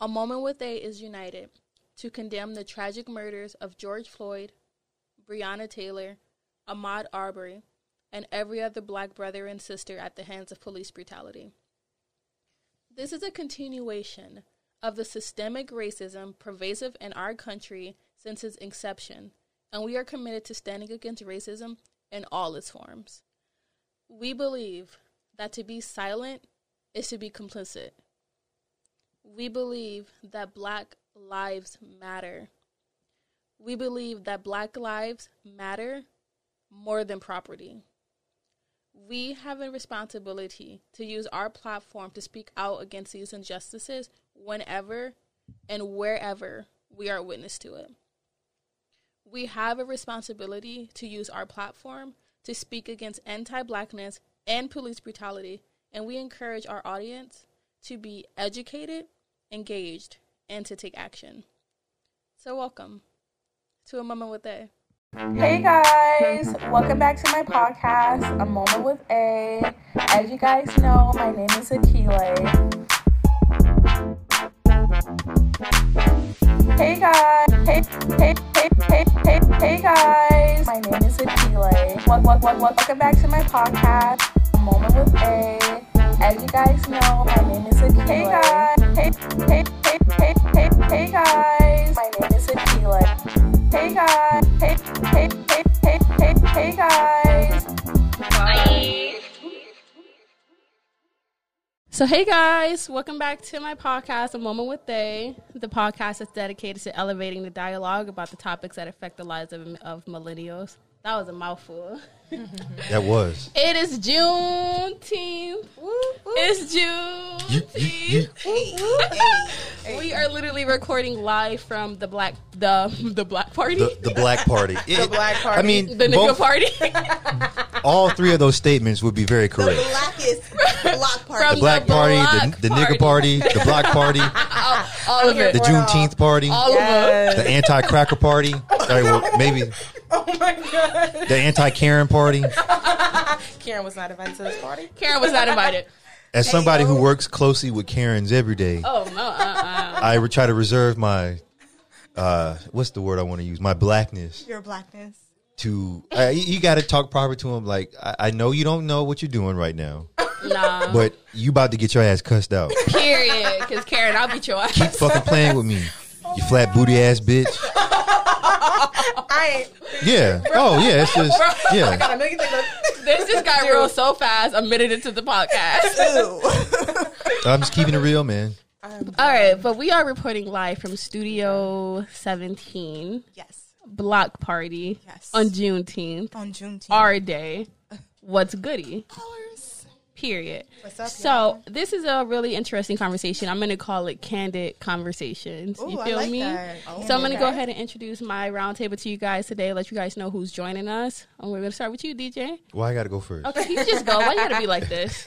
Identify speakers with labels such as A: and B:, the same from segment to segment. A: A Moment with A is united to condemn the tragic murders of George Floyd, Breonna Taylor, Ahmaud Arbery, and every other black brother and sister at the hands of police brutality. This is a continuation of the systemic racism pervasive in our country since its inception, and we are committed to standing against racism in all its forms. We believe that to be silent is to be complicit. We believe that Black lives matter. We believe that Black lives matter more than property. We have a responsibility to use our platform to speak out against these injustices whenever and wherever we are witness to it. We have a responsibility to use our platform to speak against anti blackness and police brutality, and we encourage our audience to be educated, engaged, and to take action. So, welcome to A Moment with A. Hey guys, welcome back to my podcast, A Moment with A. As you guys know, my name is Akile. Hey guys, hey, hey, hey, hey, hey, hey guys, my name is Akile. What, what, what, what, welcome back to my podcast, A Moment with A. As you guys know, my name is Akile. Hey guys, hey, hey, hey, hey, hey, hey guys, my name is Akile. Hey guys, hey, hey, hey, hey, hey, hey guys. So, hey guys, welcome back to my podcast, A Moment with They. The podcast is dedicated to elevating the dialogue about the topics that affect the lives of, of millennials. That was a mouthful.
B: That was.
A: It is Juneteenth. It's June.
B: You, you, you,
A: We are literally recording live from the black the the black party.
B: the, the black party. the
C: black party.
B: I mean,
A: the nigga
B: both-
A: party
B: all three of those statements would be very correct.
C: blackest block
A: From
B: The
C: party.
B: black
A: The
B: party,
A: block
B: the, the nigger party, the block party,
A: all of
B: the
A: it,
B: Juneteenth party,
A: all of it.
B: the anti-cracker party. Sorry, well, maybe
C: oh my god!
B: the anti-Karen party.
C: Karen was not invited to this party.
A: Karen was not invited.
B: As somebody who works closely with Karens every day,
A: Oh no, uh, uh
B: I re- try to reserve my uh, what's the word I want to use? My blackness
C: Your blackness.
B: to uh, you, you got to talk proper to him. Like I, I know you don't know what you're doing right now,
A: uh, nah.
B: but you about to get your ass cussed out.
A: Period. Because Karen, I'll beat your ass.
B: fucking playing with me. You flat booty ass bitch.
C: I
B: Yeah. Oh yeah. It's just yeah.
C: got a million things.
A: This just got real so fast. A minute into the podcast.
B: I'm just keeping it real, man.
A: All right, but we are reporting live from Studio 17
C: yes,
A: Block Party
C: Yes.
A: on Juneteenth.
C: on Juneteenth.
A: our day. What's goody?
C: hours.
A: Period.
C: What's up,
A: so this is a really interesting conversation. I'm going to call it candid conversations.
C: Ooh,
A: you
C: I
A: feel
C: like
A: me?
C: that.
A: So I'm going to go
C: Okay.
A: ahead and introduce my roundtable to you guys today. Let you guys know who's joining us. And we're going to start with you, DJ.
B: Why I gotta go first?
A: Okay, you just go. Why you got to be like this?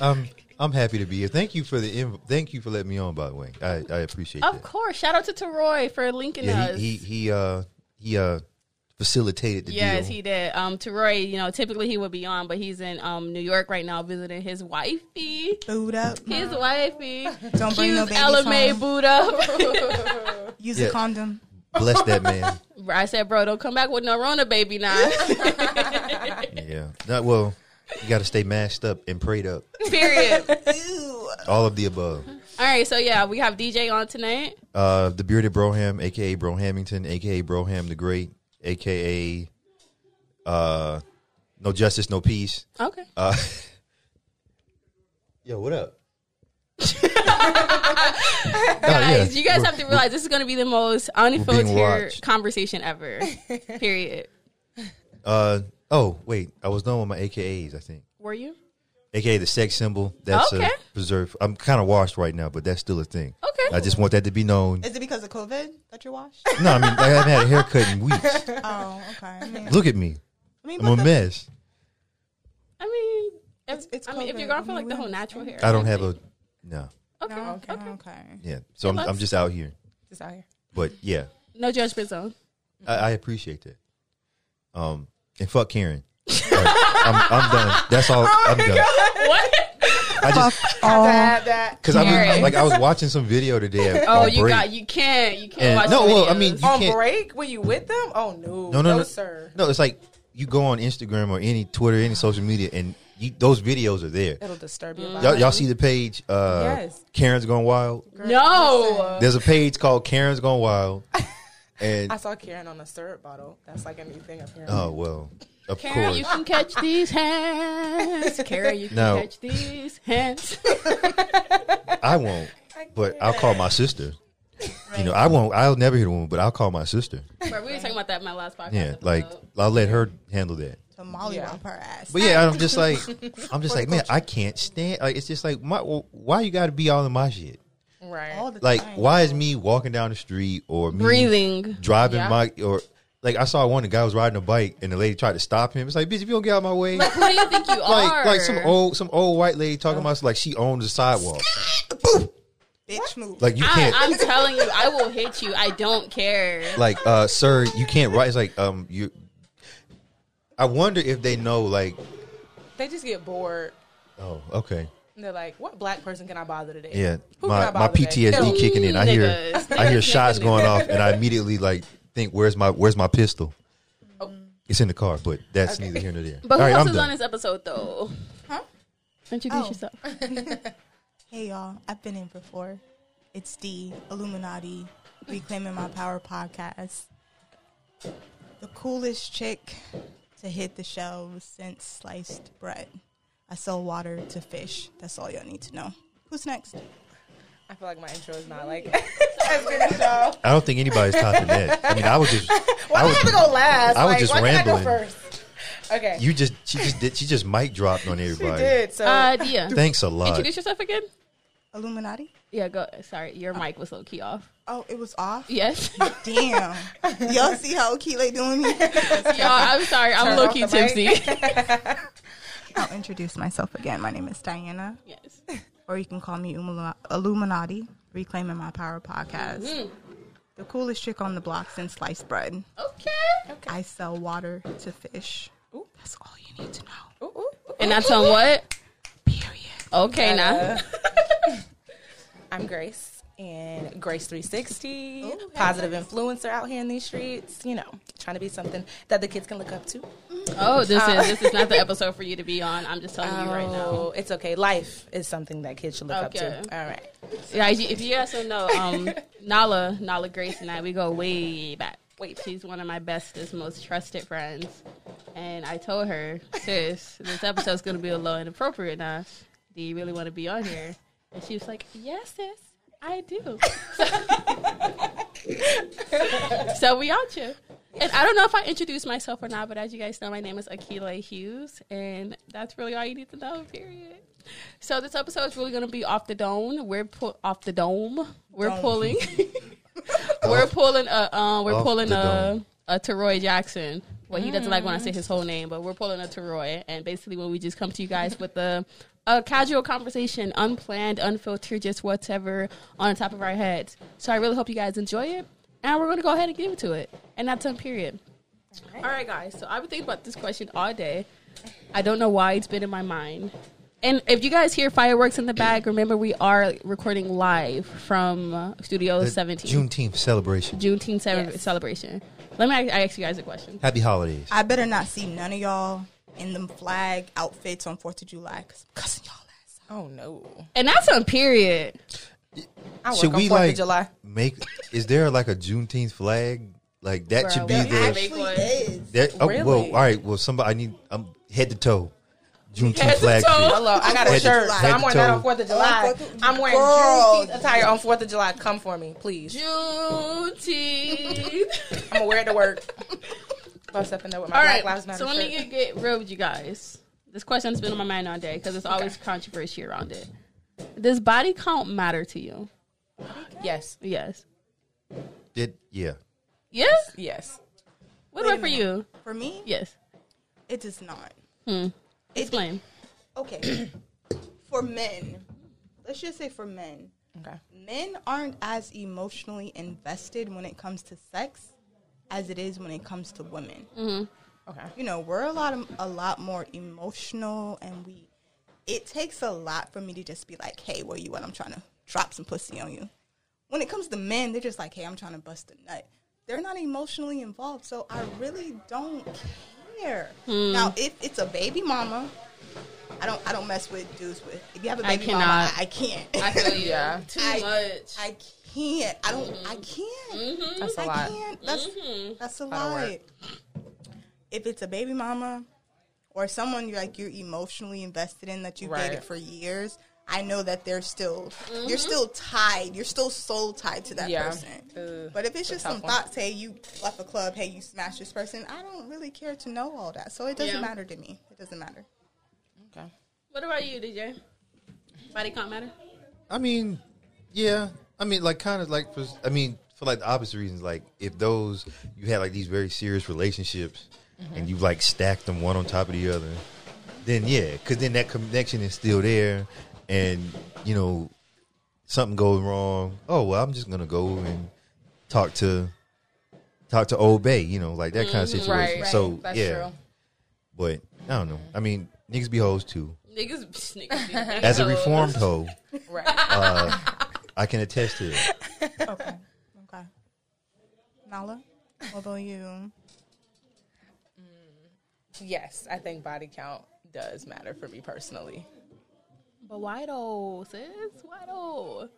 B: Um, I'm happy to be here. Thank you for the inv- thank you for letting me on. By the way, I, I appreciate
A: of
B: that.
A: course. Shout out to Teroy for linking
B: Yeah.
A: us.
B: He, he he uh he uh facilitated the
A: Yes,
B: deal.
A: he did. Um, Teroy, you know, typically he would be on, but he's in um New York right now visiting his wifey.
C: Food up.
A: His wifey.
C: Don't Uh-huh. bring no
A: Use
C: babies
A: LMA
C: home.
A: boot up.
C: Use
B: Yeah.
C: a condom.
B: Bless that man.
A: I said, bro, don't come back with no Rona baby now.
B: Yeah. Not well. You got to stay mashed up and prayed up.
A: Period.
C: Ew.
B: All of the above.
A: All right, so yeah, we have DJ on tonight.
B: Uh, the bearded Broham, aka Brohamington, aka Broham the Great, aka uh, no justice, no peace.
A: Okay.
B: Uh, yo, what up? Oh,
A: guys,
B: yeah.
A: you guys
B: We're-
A: have to realize this is going to be the most
B: being
A: unfiltered
B: watched.
A: conversation ever. Period.
B: Uh, oh, wait, I was done with my AKAs. I think
A: Were you?
B: AKA the sex symbol. That's
A: Okay.
B: a preserved. I'm kind of washed right now, but that's still a thing.
A: Okay.
B: I just want that to be known.
C: Is it because of COVID that you're washed?
B: No, I mean I haven't had a haircut in weeks.
C: oh, okay. I mean,
B: Look at me,
C: I mean,
B: I'm a
C: what the-
B: mess.
A: I mean, if,
C: It's- it's
A: I mean, if
C: COVID.
A: you're going for
C: I mean,
A: like
C: we
A: the whole natural hair,
B: I don't have a no.
A: Okay.
C: No, okay,
A: okay.
C: okay.
B: Yeah, so I'm,
A: It
B: I'm
A: looks-
B: just out here.
C: Just out here.
B: But yeah,
A: No judgment zone.
B: I, I appreciate that.
D: Oh
B: Um, and fuck Karen. All right, I'm, I'm done. That's all. I'm done.
A: What?
B: I just
C: Oh,
D: That, that.
B: because I was
D: Mary.
B: like I was watching some video today.
A: Oh,
B: on
A: you
B: break.
A: got you can't you can't
B: And-
A: watch
B: no,
A: videos.
B: well, I mean, you
D: on
B: can't-
D: break when you with them? Oh no,
B: No, no, no,
D: sir.
B: No, it's like you go on Instagram or any Twitter, any social media, and you, those videos are there.
D: It'll disturb your
B: Mm. Y'all,
D: body.
B: y'all see the page? Uh,
D: Yes.
B: Karen's Gone Wild.
A: no.
B: There's a page called Karen's Gone Wild, and
D: I saw Karen on a syrup bottle. That's like a new thing apparently.
B: oh well, of
A: Karen, you
B: course.
A: can catch these hands. Karen, you can
B: No.
A: catch these hands.
B: I won't, but I'll call my sister. You know, I won't. I'll never hit a woman, but I'll call my sister.
A: Bro, we were talking about that in my last podcast.
B: Yeah, like
A: episode.
B: I'll let her handle that.
C: to Molly
D: Yeah.
C: wump her ass.
B: But yeah, I'm just like, I'm just like, man, I can't stand. Like, it's just like, my, why you got to be all in my shit?
D: Right.
C: All the
B: Like,
C: time.
B: why is me walking down the street or me
A: breathing.
B: driving
D: Yeah.
B: my or like I saw one the guy was riding a bike and the lady tried to stop him. It's like, bitch, if you don't get out of my way, like
A: Who do you think you are?
B: like some old some old white lady talking about like she owns the sidewalk.
C: bitch move?
B: Like you
A: I,
B: can't
A: I'm telling you, I will hit you. I don't care.
B: like uh sir, you can't ride. It's like um you. I wonder if they know like
D: They just get bored.
B: oh okay
D: And they're like, "What black person can I bother today?"
B: yeah
D: Who
B: my
D: can I
B: my
D: bother today?
B: PTSD
D: Who?
B: kicking in. I hear
A: Niggas.
B: I hear
A: Niggas
B: shots
A: kicking
B: going off and I immediately like think where's my where's my pistol.
D: Oh.
B: It's in the car, but that's neither here nor there.
A: But who
B: All right,
A: else
B: I'm
A: is on
B: done.
A: this episode though?
C: Huh?
A: Introduce
C: Oh.
A: yourself.
C: Hey y'all, I've been in before. It's the Illuminati Reclaiming My Power podcast. The coolest chick to hit the shelves since sliced bread. I sell water to fish. That's all y'all need to know. Who's next?
D: I feel like my intro is not like as good as y'all.
B: I don't think anybody's topping that. I mean, I was just.
D: Why
B: I
D: do I
B: was,
D: have to go last?
B: I was
D: like,
B: just
D: why can't I
B: rambling.
D: go first? Okay,
B: You just she just did she just mic dropped on
D: she
B: everybody.
D: did. So
A: Uh, Dia,
B: Thanks a lot.
A: introduce yourself again.
C: Illuminati?
A: Yeah, go. Sorry, your mic was low key off.
C: Oh, it was off?
A: Yes,
C: Damn. y'all see how Okile doing me?
A: y'all. I'm sorry. I'm
D: Turn
A: low
D: off
A: key
D: the mic.
A: tipsy.
C: I'll introduce myself again. My name is Diana.
A: yes.
C: or you can call me Umula- Illuminati, Reclaiming My Power podcast. The coolest chick on the block since sliced bread.
A: Okay.
C: I sell water to fish. That's all you need to know.
D: Ooh, ooh, ooh.
A: And that's on what?
C: Period.
A: Okay, now.
D: I'm Grace and Grace 360, positive influencer out here in these streets. You know, trying to be something that the kids can look up to.
A: Oh, this is this is not the episode for you to be on. I'm just telling you right now.
D: Oh, it's okay. Life is something that kids should look
A: Okay.
D: up to. All right.
A: Yeah, if you- if you guys don't know, um, Nala, Nala Grace and I, we go way back. Wait, she's one of my bestest, most trusted friends. And I told her, sis, this episode's gonna be a little inappropriate now. Do you really want to be on here? And she was like, yes, sis, I do. so we out here. And I don't know if I introduced myself or not, but as you guys know, my name is Akila Hughes, and that's really all you need to know, period. So this episode is really going to be off the dome. We're pu- off the dome. We're pulling. we're pulling a. Um, we're
B: off
A: pulling
B: the
A: a.
B: dome.
A: A Teroy Jackson. Well, he doesn't like when I say his whole name, but we're pulling a Teroy, and basically, when we just come to you guys with a. A casual conversation, unplanned, unfiltered, just whatever on top of our heads. So I really hope you guys enjoy it, and we're going to go ahead and give it to it, and that's on period. All right, guys. So I've been thinking about this question all day. I don't know why it's been in my mind. And if you guys hear fireworks in the back, remember we are recording live from uh, Studio
B: The
A: 17.
B: Juneteenth celebration.
A: Juneteenth ce-
D: Yes.
A: celebration. Let me I ask you guys a question.
B: Happy holidays.
C: I better not see none of y'all in them flag outfits on 4th of July because I'm cussing y'all ass. out.
D: Oh, no.
A: And that's on period.
D: I work
B: Should
D: on
B: we
D: 4th
B: like
D: of July.
B: make? Is there like a Juneteenth flag? Like that should be
A: Bro,
B: the.
A: Make
C: Actually
A: one.
C: is.
B: That, oh,
D: Really?
B: Well, all right. Well, somebody. I need. I'm head to toe. Juneteenth
A: Head to
B: flag.
A: toe.
B: fit.
D: Hello, I got a
B: Head to-
D: shirt.
B: head
D: I'm
B: to
D: wearing that
B: toe.
D: on 4th of July.
C: Fourth of-
D: I'm wearing
C: Girl.
D: Juneteenth attire on 4th of Oh, July. Come for me, please.
A: Juneteenth.
D: I'm going to wear it to work. Bust up in there with my
A: all
D: Black
A: right.
D: Lives Matter
A: So let me
D: shirt.
A: get, get real with you guys. This question's been on my mind all day because there's always controversy around it. Does body count matter to you?
D: yes.
A: Yes.
B: Did yeah.
A: Yes.
D: Yes.
A: What
C: Wait a
A: about for
C: minute.
A: you?
C: For me,
A: Yes.
C: it does not. Hmm.
A: Explain.
C: Okay. for men, let's just say for men,
D: Okay.
C: men aren't as emotionally invested when it comes to sex as it is when it comes to women.
D: Okay.
C: You know, we're a lot of, a lot more emotional and we it takes a lot for me to just be like, hey, where you at? I'm trying to drop some pussy on you. When it comes to men, they're just like, hey, I'm trying to bust a nut. They're not emotionally involved, so I really don't care.
A: Hmm.
C: Now, if it's a baby mama, I don't I don't mess with dudes with. If you have a
A: I
C: baby mama,
A: cannot.
C: I, I can't.
E: I feel you.
D: Yeah.
E: Too
C: I-
E: much.
C: I can't. I don't. I can't.
D: That's a
C: I
D: lot.
C: can't. That's that's a
D: Gotta
C: lot.
D: work.
C: If it's a baby mama or someone you like, you're emotionally invested in that you have
D: Right.
C: dated for years. I know that they're still you're still tied. You're still soul tied to that
D: Yeah.
C: person.
D: Ugh,
C: but if it's
D: that's
C: just
D: a
C: some
D: tough one.
C: thoughts, hey, you left a club, hey, you smashed this person. I don't really care to know all that, so it doesn't
A: Yeah.
C: matter to me. It doesn't matter.
D: Okay.
A: What about you, DJ? Body count matter?
B: I mean, yeah. I mean, like, kind of like for. I mean, for like the opposite reasons. Like, if those you had like these very serious relationships,
D: Mm-hmm.
B: and you like stacked them one on top of the other, then yeah, because then that connection is still there, and you know, something goes wrong. Oh well, I'm just gonna go and talk to talk to old bay. You know, like that kind of situation.
D: Mm, Right.
B: So
D: That's
B: yeah,
D: true.
B: but I don't know. I mean, niggas be hoes too.
A: Niggas, niggas. be-
B: As a reformed hoe, uh,
D: Right.
B: I can attest to it.
C: Okay. Okay. Nala, what about you?
D: yes, I think body count does matter for me personally.
A: But why though, sis? Why though?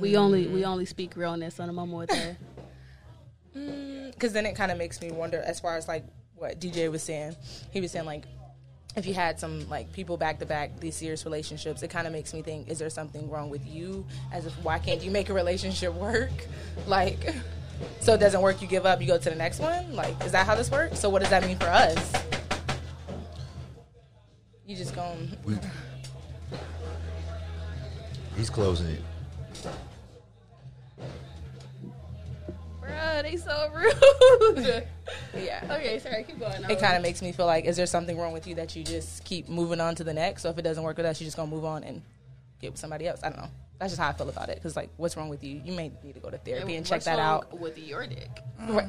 A: we only we only speak realness on a moment with her.
D: because then it kind of makes me wonder as far as like what DJ was saying. He was saying like if you had some like people back to back these serious relationships, it kind of makes me think: Is there something wrong with you? As if why can't you make a relationship work? Like, so it doesn't work, you give up, you go to the next one. Like, is that how this works? So what does that mean for us? You just going
B: We- he's closing it.
A: Bruh, they so rude.
D: yeah.
A: okay, sorry, keep going.
D: it kind of makes me feel like is there something wrong with you that you just keep moving on to the next so if it doesn't work with us you just gonna move on and get with somebody else i don't know that's just how i feel about it because like what's wrong with you you may need to go to therapy and check that out
A: with your dick.
D: Right.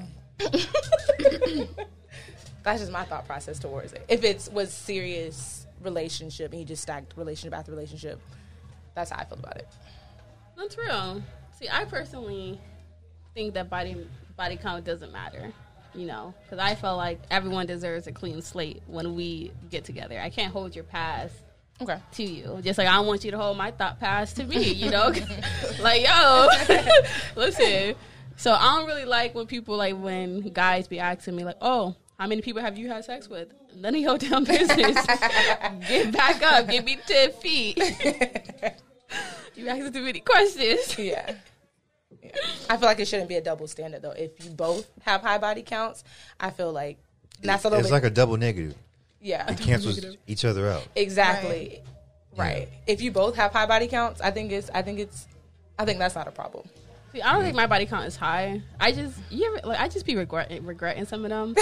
D: that's just my thought process towards it if it was serious relationship and you just stacked relationship after relationship that's how i feel about it
A: That's real. See, I personally think that body body count doesn't matter. You know, because I felt like everyone deserves a clean slate when we get together. I can't hold your past
D: okay
A: to you, just like I want you to hold my thought past to me. You know, like yo, listen. So I don't really like when people like when guys be asking me like, "Oh, how many people have you had sex with?" None of your damn business. get back up. Give me ten feet. you asking too many questions.
D: yeah. Yeah. I feel like it shouldn't be a double standard though. If you both have high body counts, I feel like and that's a little
B: It's
D: bit
B: like a double negative.
D: yeah.
B: Cancels each other out.
D: Exactly. Right. If you both have high body counts, I think it's I think it's I think that's not a problem.
A: See, I don't
B: Mm.
A: think my body count is high. I just you ever, like I just be regretting regretting some of them,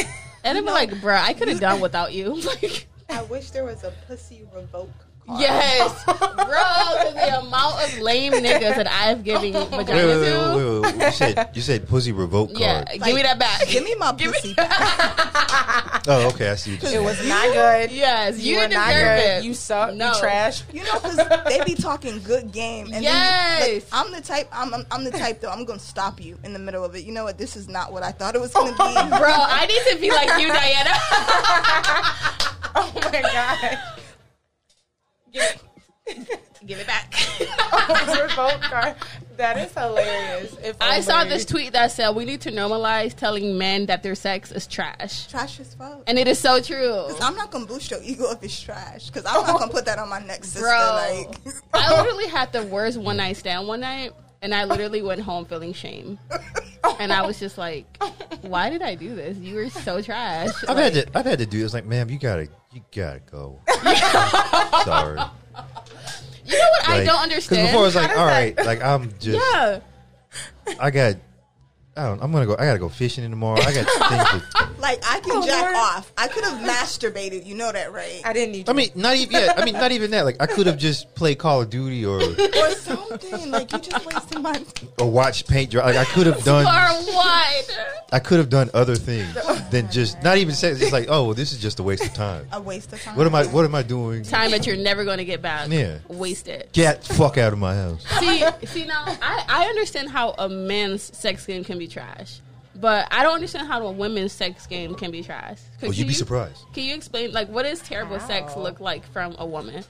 A: and I'm like, bruh, I could have done without you. like.
C: I wish there was a pussy revoke. Card.
A: Yes, bro. 'cause The amount of lame niggas that I've given vagina
B: Wait, wait, wait,
A: to.
B: wait, wait, wait. You said you said pussy revoke card.
A: Yeah, give me that back.
C: Give me my pussy back.
B: Oh, okay, I see. What
D: It
B: you're
D: was not good.
A: yes, you,
D: You are
A: deserve
D: not good.
A: it.
D: You suck.
A: No.
D: You trash.
C: You know, because they be talking good game. And Then you,
A: Yes.
C: like, I'm the type. I'm, I'm, I'm the type though. I'm gonna stop you in the middle of it. You know what? This is not what I thought it was gonna be.
A: bro. I need to be like you, Diana.
D: Oh my god.
A: give it back.
D: Revolt card. That is hilarious. If
A: I saw
D: only-
A: this tweet that said we need to normalize telling men that their sex is trash,
C: Trash as fuck.
A: and it is so true.
C: I'm not gonna boost your ego if it's trash. Because I'm not gonna put that on my next sister.
A: Bro.
C: Like,
A: I literally had the worst one night stand one night, and I literally went home feeling shame. And I was just like, "Why did I do this? You were so trash."
B: I've had to I've had to do this. Like, ma'am, you gotta you gotta go. Sorry.
A: You know what I
B: Like,
A: don't understand?
B: Because before I was like,
D: does
B: all
D: that-
B: right, like I'm just
A: yeah.
B: I got I don't, I'm gonna go I gotta go fishing tomorrow. I got things to
C: like I can
D: Oh,
C: jack
D: Lord.
C: off. I could have masturbated. You know that, right?
D: I didn't need
B: I
D: you.
B: mean not even yeah, I mean not even that. Like I could have just played Call of Duty or
C: or something. Like you just wasted my.
B: or watched paint dry like I could have
A: Or
B: done
A: what?
B: I could have done other things. than just not even sex. It's like, oh, this is just a waste of time.
C: A waste of time.
B: What am I? What am I doing?
A: Time that you're never going to get back.
B: Yeah.
A: Wasted.
B: Get the fuck out of my house.
A: see, see now, I, I understand how a man's sex game can be trash, but I don't understand how a women's sex game can be trash.
B: Oh, you'd be surprised.
A: Can you explain, like, what does terrible sex look like from a woman?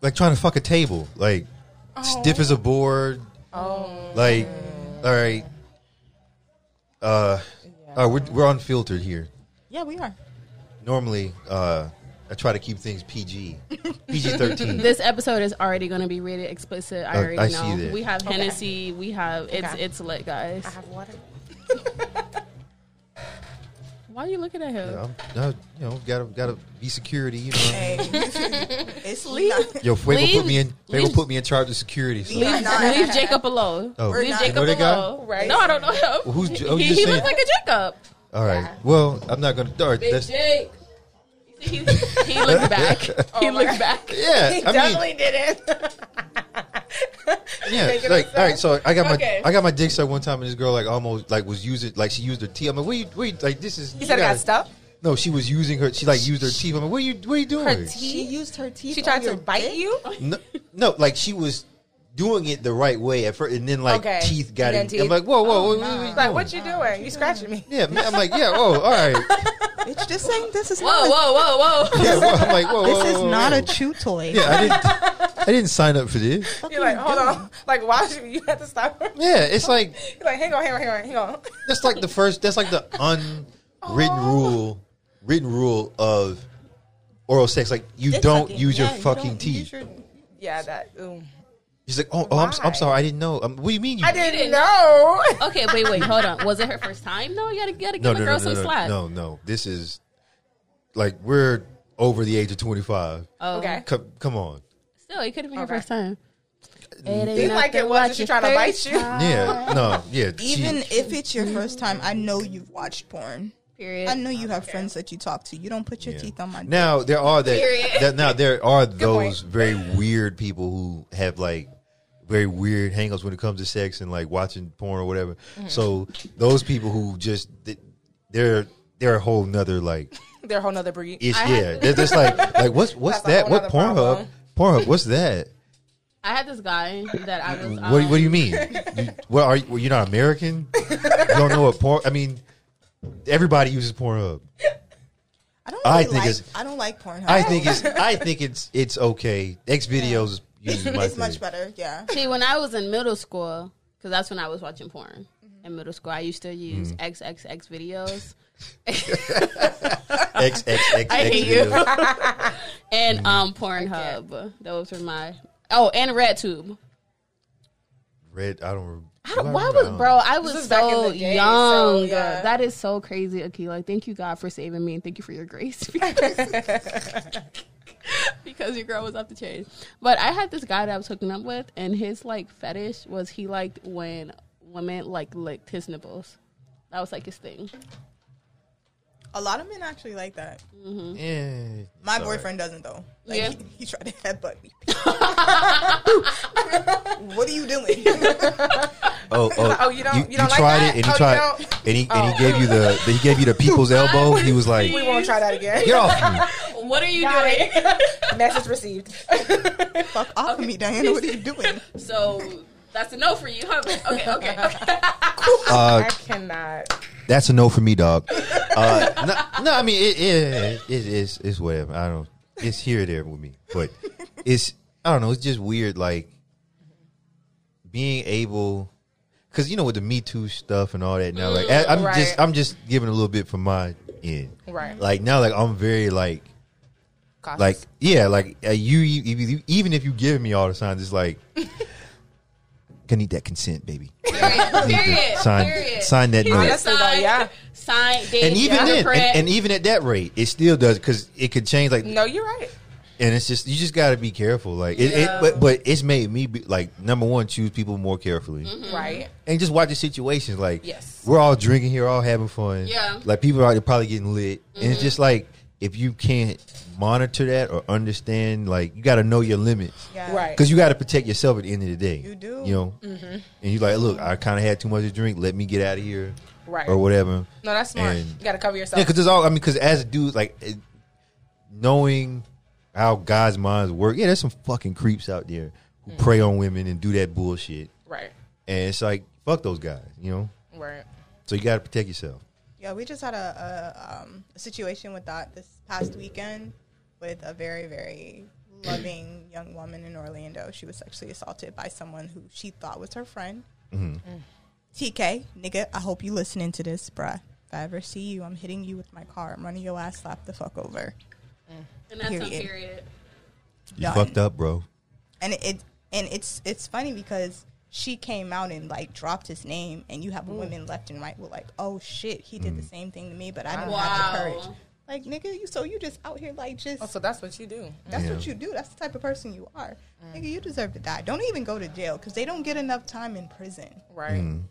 B: Like trying to fuck a table. Like stiff as a board. Oh. Like, all right. Uh, all right, we're we're unfiltered here.
C: Yeah, we are.
B: Normally, uh, I try to keep things PG, PG thirteen.
A: This episode is already going to be rated explicit. I
B: Oh,
A: already
B: I see
A: know.
B: that.
A: We have Hennessy. We have it's
D: Okay.
A: it's lit, guys.
D: have water.
A: Why are you looking at him?
B: I'm, I, you know, gotta gotta be security. You know,
C: Hey, it's not,
B: yo, Fuego
A: Leave-
B: put me in. Fuego
A: leave-
B: put me in charge of security. So.
C: we are not.
A: Leave Jacob alone.
B: Oh.
A: Leave
B: You
A: Jacob
B: know that guy?
A: alone.
D: Right.
A: No, I don't know him.
B: Well, who's- oh, you
A: he
B: just
A: he
B: saying-
A: looks like a Jacob.
B: All right. Well, I'm not gonna. All right,
A: Big
B: that's,
A: Jake. He, he looked back. he looked back.
B: yeah,
D: He
B: I mean,
D: definitely didn't.
B: yeah, like all right. So I got my
D: Okay.
B: I got my dick sucked one time, and this girl like almost like was using like she used her teeth. I'm like, what you wait? Like this is
D: He said I got stuff.
B: No, she was using her. She like used her teeth. I'm like, what are you what are you doing?
D: Her
C: She
D: teeth.
C: used her teeth.
D: She
C: on
D: tried to
C: your
D: bite
C: dick?
D: you.
B: No, no, like she was doing it the right way at first, and then like
D: Okay.
B: teeth got
D: And then
B: in.
D: teeth. Oh,
B: I'm like, whoa, whoa, whoa, whoa, whoa,
D: She's like, what you doing? You scratching me.
B: Yeah, man, I'm like, yeah, oh, all right.
C: Bitch, this ain't. This is
A: Whoa,
C: not.
A: whoa, whoa, whoa.
B: Yeah, whoa, I'm like, whoa,
C: A, this
B: whoa,
C: is
B: whoa, whoa,
C: not
B: whoa.
C: a chew toy.
B: Yeah, I didn't. I didn't sign up for this.
D: You're like, hold on. Like, why should you have to stop her?
B: Yeah, it's like
D: You're like, hang on, hang on, hang on, hang on.
B: that's like the first. That's like the unwritten rule, written rule of oral sex. Like you don't use your fucking teeth.
D: Yeah, that. Ooh.
B: She's like, oh, oh I'm, I'm
D: Why?
B: sorry, I didn't know. Um, what do you mean? You
D: I didn't know.
A: Okay, wait, wait, hold on. Was it her first time? No, you gotta, you gotta give
B: no,
A: a
B: no,
A: girl
B: no,
A: some
B: no, no,
A: slack.
B: no, no. This is like we're over the age of 25.
A: Oh,
D: Okay.
B: Come, come on.
A: Still, it could have been
D: Okay.
A: her first time.
D: Seemed like it wasn't she trying to bite you.
B: Yeah, no, yeah. she-
C: Even if it's your first time, I know you've watched porn.
A: Period.
C: I know you have friends that you talk to. You don't put your
B: yeah.
C: teeth on my dick.
B: now there are that,
A: Period.
B: that now there are those very weird people who have like very weird hangups when it comes to sex and like watching porn or whatever. So those people who just th- they're they're a whole nother like
D: They're a whole nother breed.
B: ish,
A: I have
B: yeah.
A: to-
B: They're just like like what's what's
D: That's a
B: that?
D: whole
B: What
D: nother
B: Pornhub?
D: problem.
B: Pornhub? What's that?
A: I had this guy that I was. Um,
B: What, what do you mean? You, what are you? Well, you're not American. You don't know what porn. I mean, everybody uses Pornhub.
C: I don't.
B: I
C: Really
B: think
C: like,
B: it's-
C: I don't like Pornhub.
B: I think it's. I think it's. It's okay. X videos uses my
C: it's much
B: thing.
C: better. Yeah.
A: See, when I was in middle school, because that's when I was watching porn.
D: Mm-hmm.
A: In middle school, I used to use XXX videos.
B: X X X X
A: hate you.
B: videos.
A: and um Pornhub. Those were my oh, and RedTube.
B: Red. I don't. rem-
A: I don't,
B: do I
A: why
B: remember?
A: was bro? I
D: This
A: was
D: is back in
A: so
D: the day,
A: young.
D: so, yeah.
A: That is so crazy, Akila. Thank you God for saving me and thank you for your grace because, because your girl was off the chain. But I had this guy that I was hooking up with, and his like fetish was he liked when women like licked his nipples. That was like his thing.
C: A lot of men actually like that.
B: I don't. Yeah,
C: My
B: it's all right.
C: boyfriend doesn't though. Like,
A: Yeah.
C: He, he tried to headbutt me. what are you doing?
B: Oh, oh,
D: Oh, you don't- you don't like
B: tried
D: that?
B: it, and he
D: Oh, you
B: tried,
D: don't? Oh.
B: and he and he gave you the he gave you the people's elbow. He was like,
D: We won't try that again.
B: "Get off me!"
A: What are you
D: Got
A: doing?
D: it. Message received.
B: Uh,
C: Fuck off of me, Diana. What are you doing?
A: So that's a no for you, huh? Okay, okay, okay.
B: Uh,
D: I cannot.
B: That's a no for me, dog. Uh, no, no, I mean it, it, it, it's it's whatever. I don't. It's here or there with me, but it's I don't know. It's just weird, like being able, because you know with the Me Too stuff and all that now. Like I, am
D: right.
B: just I'm just giving a little bit from my end.
D: Right.
B: Like now, like I'm very like
D: Cautious.
B: like yeah, like uh, you, you- you- even if you give me all the signs, it's like gonna need that consent, baby. Need to
A: Period.
B: sign
A: Period.
B: sign that note.
D: Honestly, though, yeah.
A: Sign, date,
B: and even then,
A: fingerprint.
B: and, and even at that rate, it still does because it could change. Like,
D: No, you're right.
B: and it's just you just got to be careful. Like, it, it
A: Yeah.
B: but, but it's made me be, like number one choose people more carefully
D: Right.
B: and just watch the situations. Like,
D: Mm-hmm. Yes.
B: we're all drinking here, all having fun.
A: Yeah.
B: like people are probably getting lit, and
D: Mm-hmm.
B: it's just like if you can't monitor that or understand, like you got to know your limits.
C: Yeah.
D: Right. Mm-hmm.
B: Because you got to protect yourself at the end of the day.
C: You do.
B: You know? And you like, look, I kind of had too much to drink. Let me get out of here.
D: Right.
B: or whatever.
D: No, that's smart.
B: And-
D: you gotta cover yourself.
B: Yeah, because it's all. I mean, because as a dude, like it, knowing how God's minds work. Yeah, there's some fucking creeps out there who prey on women and do that bullshit.
D: right.
B: And it's like fuck those guys, you know.
D: Right.
B: So you got to protect yourself.
C: Yeah, we just had a, a, um, a situation with that this past weekend with a very, very loving young woman in Orlando. She was sexually assaulted by someone who she thought was her friend.
B: Mm-hmm.
C: TK, nigga, I hope you listening to this, bruh. If I ever see you, I'm hitting you with my car. I'm running your ass slap the fuck over.
A: And that's on
C: Period.
A: period.
B: You
C: Done.
B: fucked up, bro.
C: and it and it's it's funny because she came out and like dropped his name and you have women left and right were like oh shit he did the same thing to me but i didn't have the
A: Wow.
C: courage like nigga you so you just out here like just
D: Oh, so that's what you do.
C: that's
B: Yeah.
C: what you do that's the type of person you are
D: Mm.
C: nigga you deserve to die don't even go to jail because they don't get enough time in prison
D: Right.
B: Mm.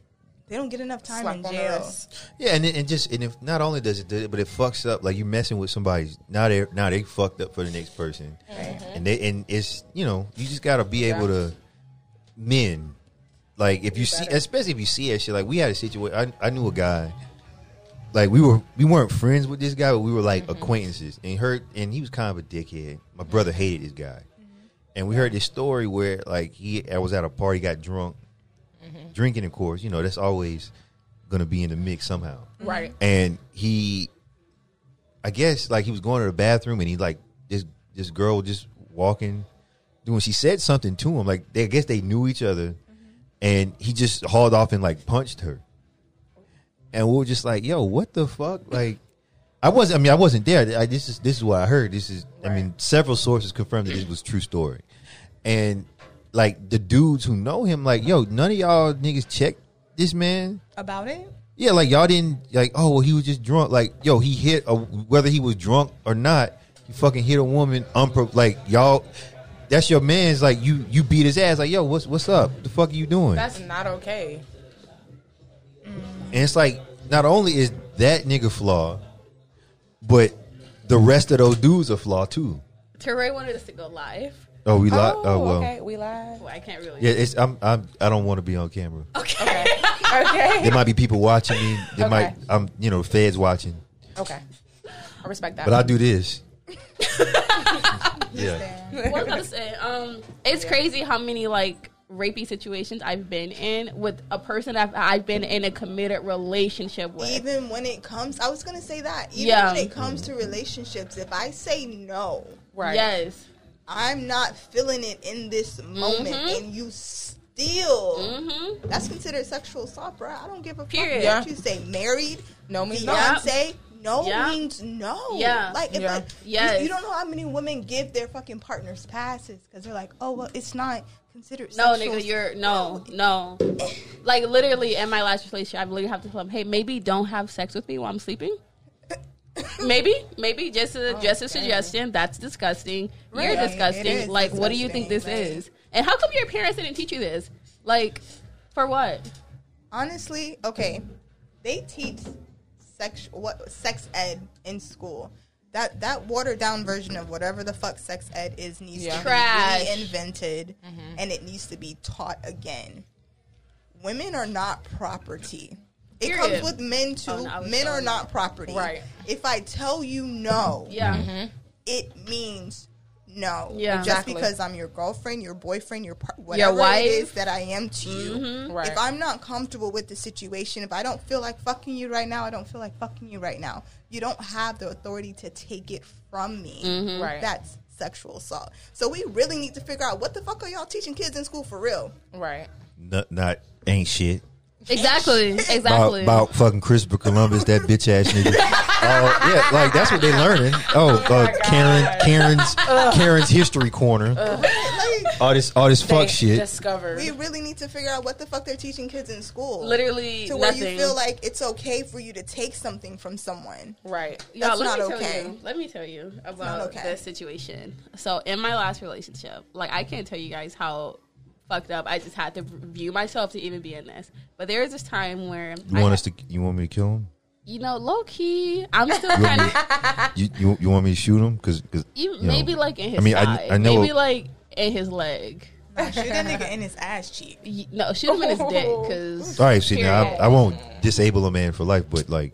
C: they don't get enough time
D: Slap
C: in
D: on the
C: jail
D: wrist.
B: Yeah, and it, and just and if not only does it do it, but it fucks up. Like you messing with somebody's now they now they fucked up for the next person, and they and it's you know you just gotta be able to mend. Like if you see, especially if you see that shit. Like we had a situation. I, I knew a guy. Like we were we weren't friends with this guy, but we were like acquaintances. And her and he was kind of a dickhead. My brother hated this guy, and we heard this story where like he I was at a party, got drunk, drinking. Of course, you know that's always gonna be in the mix somehow
D: Right.
B: and he i guess like he was going to the bathroom and he like this this girl just walking doing she said something to him like they I guess they knew each other and he just hauled off and like punched her and we were just like yo what the fuck like i wasn't i mean i wasn't there I, this is this is what i heard this is i mean several sources confirmed that this was true story and like the dudes who know him like yo none of y'all niggas checked this man
C: about it
B: yeah, like y'all didn't like. Oh, well, he was just drunk. Like, yo, he hit a, whether he was drunk or not. He fucking hit a woman. Unpro- like y'all, that's your man's. Like you, you beat his ass. Like, yo, what's what's up? the fuck are you doing?
D: That's not okay.
B: and it's like, not only is that nigga flawed, but the rest of those dudes are flawed too.
A: Teray wanted us to go live.
B: Oh, we lied. Oh, well.
D: okay. We lied.
A: Well, I can't really.
B: Yeah, it's I'm, I'm I don't want to be on camera.
D: Okay. okay.
B: There might be people watching me. There
D: Okay.
B: might I'm you know feds watching,
D: Okay. I respect that.
B: but I do this. yeah.
A: What was I gonna say? Um, it's crazy how many like rapey situations I've been in with a person I've I've been in a committed relationship with.
C: even when it comes i was gonna say that even
A: Yeah.
C: when it comes to relationships if i say no
D: right.
A: Yes.
C: I'm not feeling it in this moment, and you still.
A: Mm-hmm.
C: That's considered sexual assault, bro. I don't give a
A: Period.
C: fuck
D: Yeah.
C: what you say. Married,
D: No means no.
C: fiance, no
A: Yeah.
C: means no.
A: Yeah.
C: like if
D: Yeah.
C: I-
A: Yes.
C: you, you don't know how many women give their fucking partners passes because they're like, oh well, it's not considered.
A: No,
C: sexual
A: nigga,
C: assault."
A: you're no, no. Like literally, in my last relationship, I literally have to tell him, "Hey, maybe don't have sex with me while I'm sleeping." maybe, maybe just a just a suggestion. That's disgusting.
C: Oh, Right.
A: You're
C: It is
A: disgusting. Like, what do you think this
C: disgusting, right.
A: is? And how come your parents didn't teach you this? Like, for what?
C: honestly okay. They teach sex what sex ed in school. That that watered down version of whatever the fuck sex ed is needs
D: Yeah.
C: to
A: Trash. Mm-hmm.
C: be reinvented, and it needs to be taught again. Women are not property. It
A: Period.
C: comes with men too.
A: Oh, no, I was
C: men are
A: sorry.
C: not property.
D: Right.
C: If I tell you no,
A: Yeah.
C: Mm-hmm. it means no.
A: Yeah.
D: Exactly.
C: Just because I'm your girlfriend, your boyfriend, your par- whatever
A: wife.
C: it is that I am to you.
D: Mm-hmm. Right.
C: If I'm not comfortable with the situation, if I don't feel like fucking you right now, I don't feel like fucking you right now. You don't have the authority to take it from me.
D: Right.
C: That's sexual assault. So we really need to figure out what the fuck are y'all teaching kids in school for real?
D: Right.
B: not, not ain't shit.
A: Exactly.
B: About,
A: Exactly.
B: about fucking Christopher Columbus, that bitch ass nigga. Oh yeah, like that's what they learning. Oh, uh, Karen, Karen's, Karen's history corner.
C: Like,
B: All this, all this fuck
D: They
B: shit.
D: Discovered.
C: we really need to figure out what the fuck they're teaching kids in school.
A: Literally
C: To where
A: nothing.
C: you feel like it's okay for you to take something from someone.
D: Right.
A: Y'all,
C: That's
A: let
C: not
A: me
C: okay.
A: Tell you, let me tell you about
C: okay.
A: this situation. So, in my last relationship, like I can't tell you guys how fucked up I just had to view myself to even be in this. But there was this time where
B: You
A: I,
B: want us to? You want me to kill him?
A: you know, low key, I'm still
B: You want
A: kind
B: me?
A: of
B: You, you, you want me to shoot him? Because
A: maybe like in his
B: I mean, I-
A: side,
B: I know-
A: maybe like in his leg.
C: Shoot that nigga in his ass cheek.
A: Y- No, shoot him in his dick because
B: All right, see now I,
A: Period.
B: I won't disable a man for life, but like,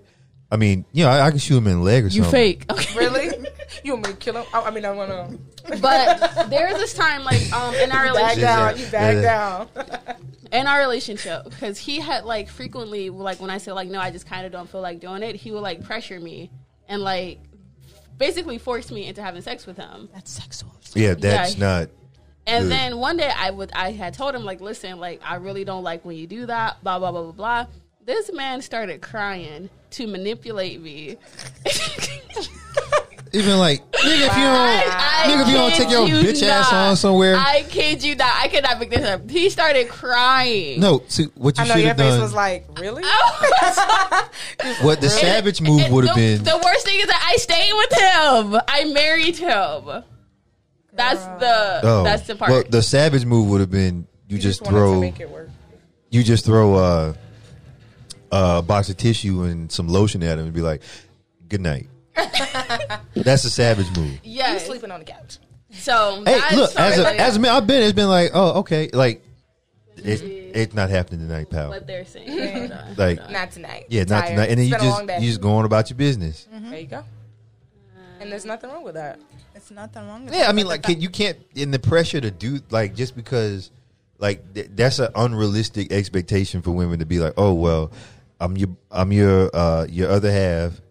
B: I mean, you know, I, I can shoot him in the leg or
A: you
B: something.
A: fake. Okay.
D: Really? you want me to kill him? I, I mean, I want to.
A: But there is this time, like um, in our
D: Back
A: relationship,
D: down. You back
B: Yeah.
D: down.
A: in our relationship, because he had like frequently, like when I said like no, I just kind of don't feel like doing it, he would like pressure me and like basically force me into having sex with him.
C: That's sexual.
B: Yeah, that's
A: Yeah.
B: not.
A: And
B: Good.
A: then one day I would I had told him like, listen, like I really don't like when you do that, blah blah blah blah blah. This man started crying to manipulate me.
B: Even like, nigga, if you don't,
A: I
B: nigga, if you don't
A: kid
B: take your
A: you
B: bitch ass
A: not.
B: on somewhere.
A: I kid you not. I could not make this up. He started crying.
B: no, see what you
D: I know
B: should
D: your
B: have
D: face
B: done.
D: was like, really?
B: what the savage move
A: And
B: would have
A: the-
B: been.
A: The worst thing is that I stayed with him. I married him. That's the
B: oh,
A: that's the part.
B: Well, the savage move would have been you,
D: You
B: just,
D: wanted
B: throw.
D: to make it work.
B: you just throw uh, a box of tissue and some lotion at him and be like, "Good night." That's a savage move.
D: You
A: yes.
D: sleeping on the couch.
A: So
B: Hey,
A: that's
B: look, as
A: totally
B: a, as a man, I've been. It's been like, oh, okay, like it's it's not happening tonight, pal.
A: what they're saying. Hold on.
B: Like,
D: Not tonight.
B: yeah, not
D: Tired.
B: tonight. And then
D: It's
B: you
D: been a
B: just
D: long day. Mm-hmm.
B: you just go on about your business.
D: There you go. And there's nothing wrong with that.
C: It's nothing wrong with
B: Yeah, I mean, like can, you can't in the pressure to do like just because like th- that's an unrealistic expectation for women to be like, oh well, I'm your I'm your uh, your other half.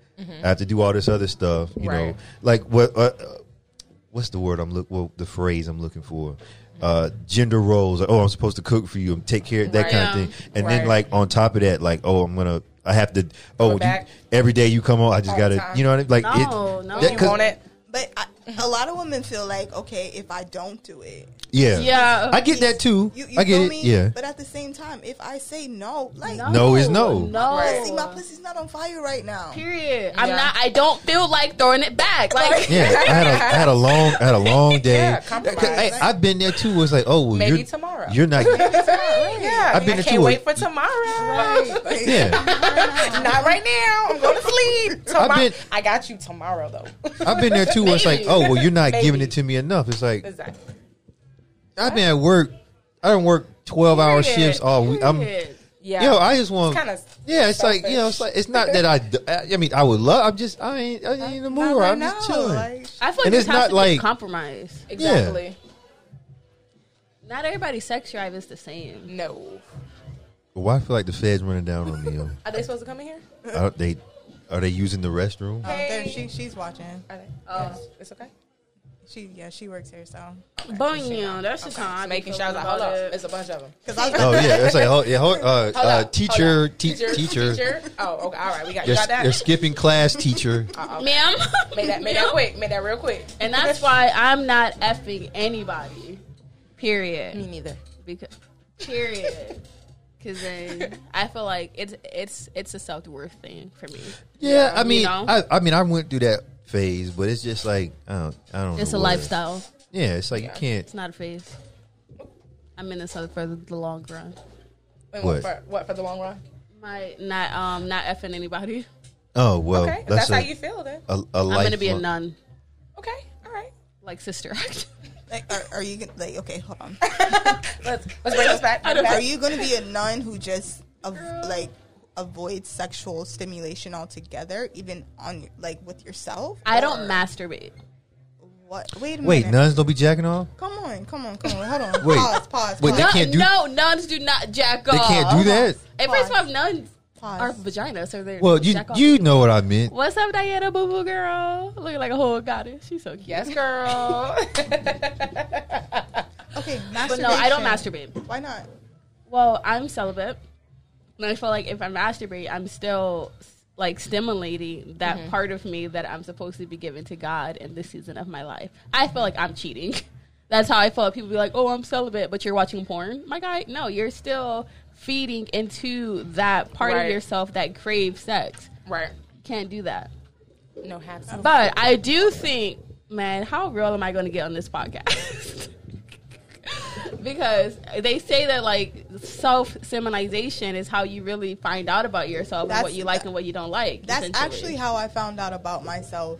B: I have to do all this other stuff, you
D: Mm-hmm. Right.
B: know. Like what uh, uh, what's the word I'm look well the phrase I'm looking for.
D: Mm-hmm.
B: Uh, gender roles. Like, oh, I'm supposed to cook for you and take care of that
D: Right.
B: kind of
A: Yeah.
B: thing. And
D: Right.
B: then, like on top of that, like, oh, I'm gonna, I have to. Oh, you-
D: back.
B: every day you come on, I just
D: All the
B: gotta,
D: time.
B: you know what I mean? Like,
A: No, no.
B: that-
D: You
B: 'cause-
D: want it?
C: But I, a lot of women feel like, okay, if I don't do it,
B: yeah,
A: Yeah.
B: I get that too.
C: you, you
B: I get
C: feel
B: it.
C: me?
B: Yeah.
C: But at the same time, if I say no, like,
B: No is no.
A: No.
C: pussy, my pussy's not on fire right now.
A: Period. I'm
D: Yeah.
A: not. I don't feel like throwing it back. Like
B: Yeah, I had a, I had a long, I had a long day.
D: Yeah, compromise.
B: I, have been there too. It's like, oh, well,
D: Maybe
B: you're,
D: tomorrow.
B: You're not.
D: Yeah,
B: I've been to
D: I can't
B: two
D: wait
B: of-
D: for tomorrow.
B: Yeah,
D: Not right now. I'm going to sleep. Tomorrow.
B: been-
D: I got you tomorrow though.
B: I've been there too. Where it's like,
A: Maybe.
B: oh, well, you're not
D: Maybe.
B: giving it to me enough. It's like
D: exactly.
B: I've been at work. I don't work twelve hour
A: Period.
B: shifts all week. I'm,
A: Period.
D: Yeah.
B: yo, I just want.
D: It's kinda
B: yeah, it's like you know, it's like
D: selfish.
B: it's not that I. d- I- I mean, I would love. I'm just. I ain't. I ain't in the mood.
C: Not right
B: I'm just
C: now,
B: chilling.
C: like-
A: I feel like
B: And
A: this has
B: it's not
A: to be
B: like-
A: compromise.
D: exactly.
A: Not everybody's sex drive is the same.
D: No.
B: Why I feel like the feds running down on me? yo?
D: Are they supposed to come in here?
B: I don't- they are they using the restroom?
C: Oh, there- she, she's watching.
D: Are they? Oh, it's okay.
C: She yeah, she works here. So
A: Boom. That's just how I'm
D: Making sure I was like, hold up, it's a bunch of them.
C: because I was
B: Oh yeah, it's like oh, yeah, hold- uh,
D: Hold
B: uh,
D: up,
B: teacher,
D: hold up.
B: te- teacher,
D: teacher. Oh, okay, all right, we got, you
B: You're,
D: got that.
B: you're skipping class, teacher.
A: Ma'am.
D: Made that, made that
A: Ma'am.
D: quick, made that real quick.
A: And that's why I'm not effing anybody. Period.
D: neither.
A: Because period. Because then I feel like it's it's it's a self worth thing for me.
B: yeah, I mean,
A: know?
B: I, I mean, I went through that phase, but it's just like I don't, I don't.
A: It's
B: know
A: a
B: what.
A: lifestyle.
B: Yeah, it's like you can't.
A: It's not a phase. I'm in this for the long run.
D: Wait,
B: What?
D: what? For, what for the long run?
A: My not um not effing anybody.
B: Oh well,
D: Okay, if
B: that's,
D: that's
B: a,
D: how you feel then.
B: a, a
A: I'm gonna be a
B: lifelong-
A: nun,
D: Okay, all right.
A: like Sister Act.
C: like, are, are you gonna like okay, hold on.
D: Let's let's bring this back. Bring this
C: Are
D: back.
C: you gonna be a nun who just av- like avoids sexual stimulation altogether, even on like with yourself?
A: I don't
C: Or
A: masturbate.
C: What? Wait a
B: Wait,
C: minute.
B: nuns don't be jacking off.
C: Come on, come on, come on. Hold on.
B: Wait.
C: Pause. Pause.
B: Wait,
C: pause.
B: They
A: No,
B: can't do-
A: no, nuns do not jack off.
B: They can't do that.
A: And first of all, nuns
C: Pause.
A: are vaginas, so they're
B: Well, you
A: jack off.
B: you know what I meant.
A: What's up, Diana Boo Boo Girl? Looking like a whole goddess. She's so cute.
D: Yes, girl.
C: okay, masturbation.
A: But no, I don't masturbate.
C: Why not?
A: Well, I'm celibate. And I feel like if I masturbate, I'm still like stimulating that part of me that I'm supposed to be giving to God in this season of my life. I feel like I'm cheating. That's how I feel. People be like, "Oh, I'm celibate, but you're watching porn." My guy, no, you're still feeding into that part
D: Right.
A: of yourself that craves sex.
D: right.
A: Can't do that.
D: No hats.
A: But I do think, man, how real am I going to get on this podcast? because they say that like self seminization is how you really find out about yourself and
C: That's-
A: what you like and what you don't like.
C: That's
A: essentially.
C: actually how I found out about myself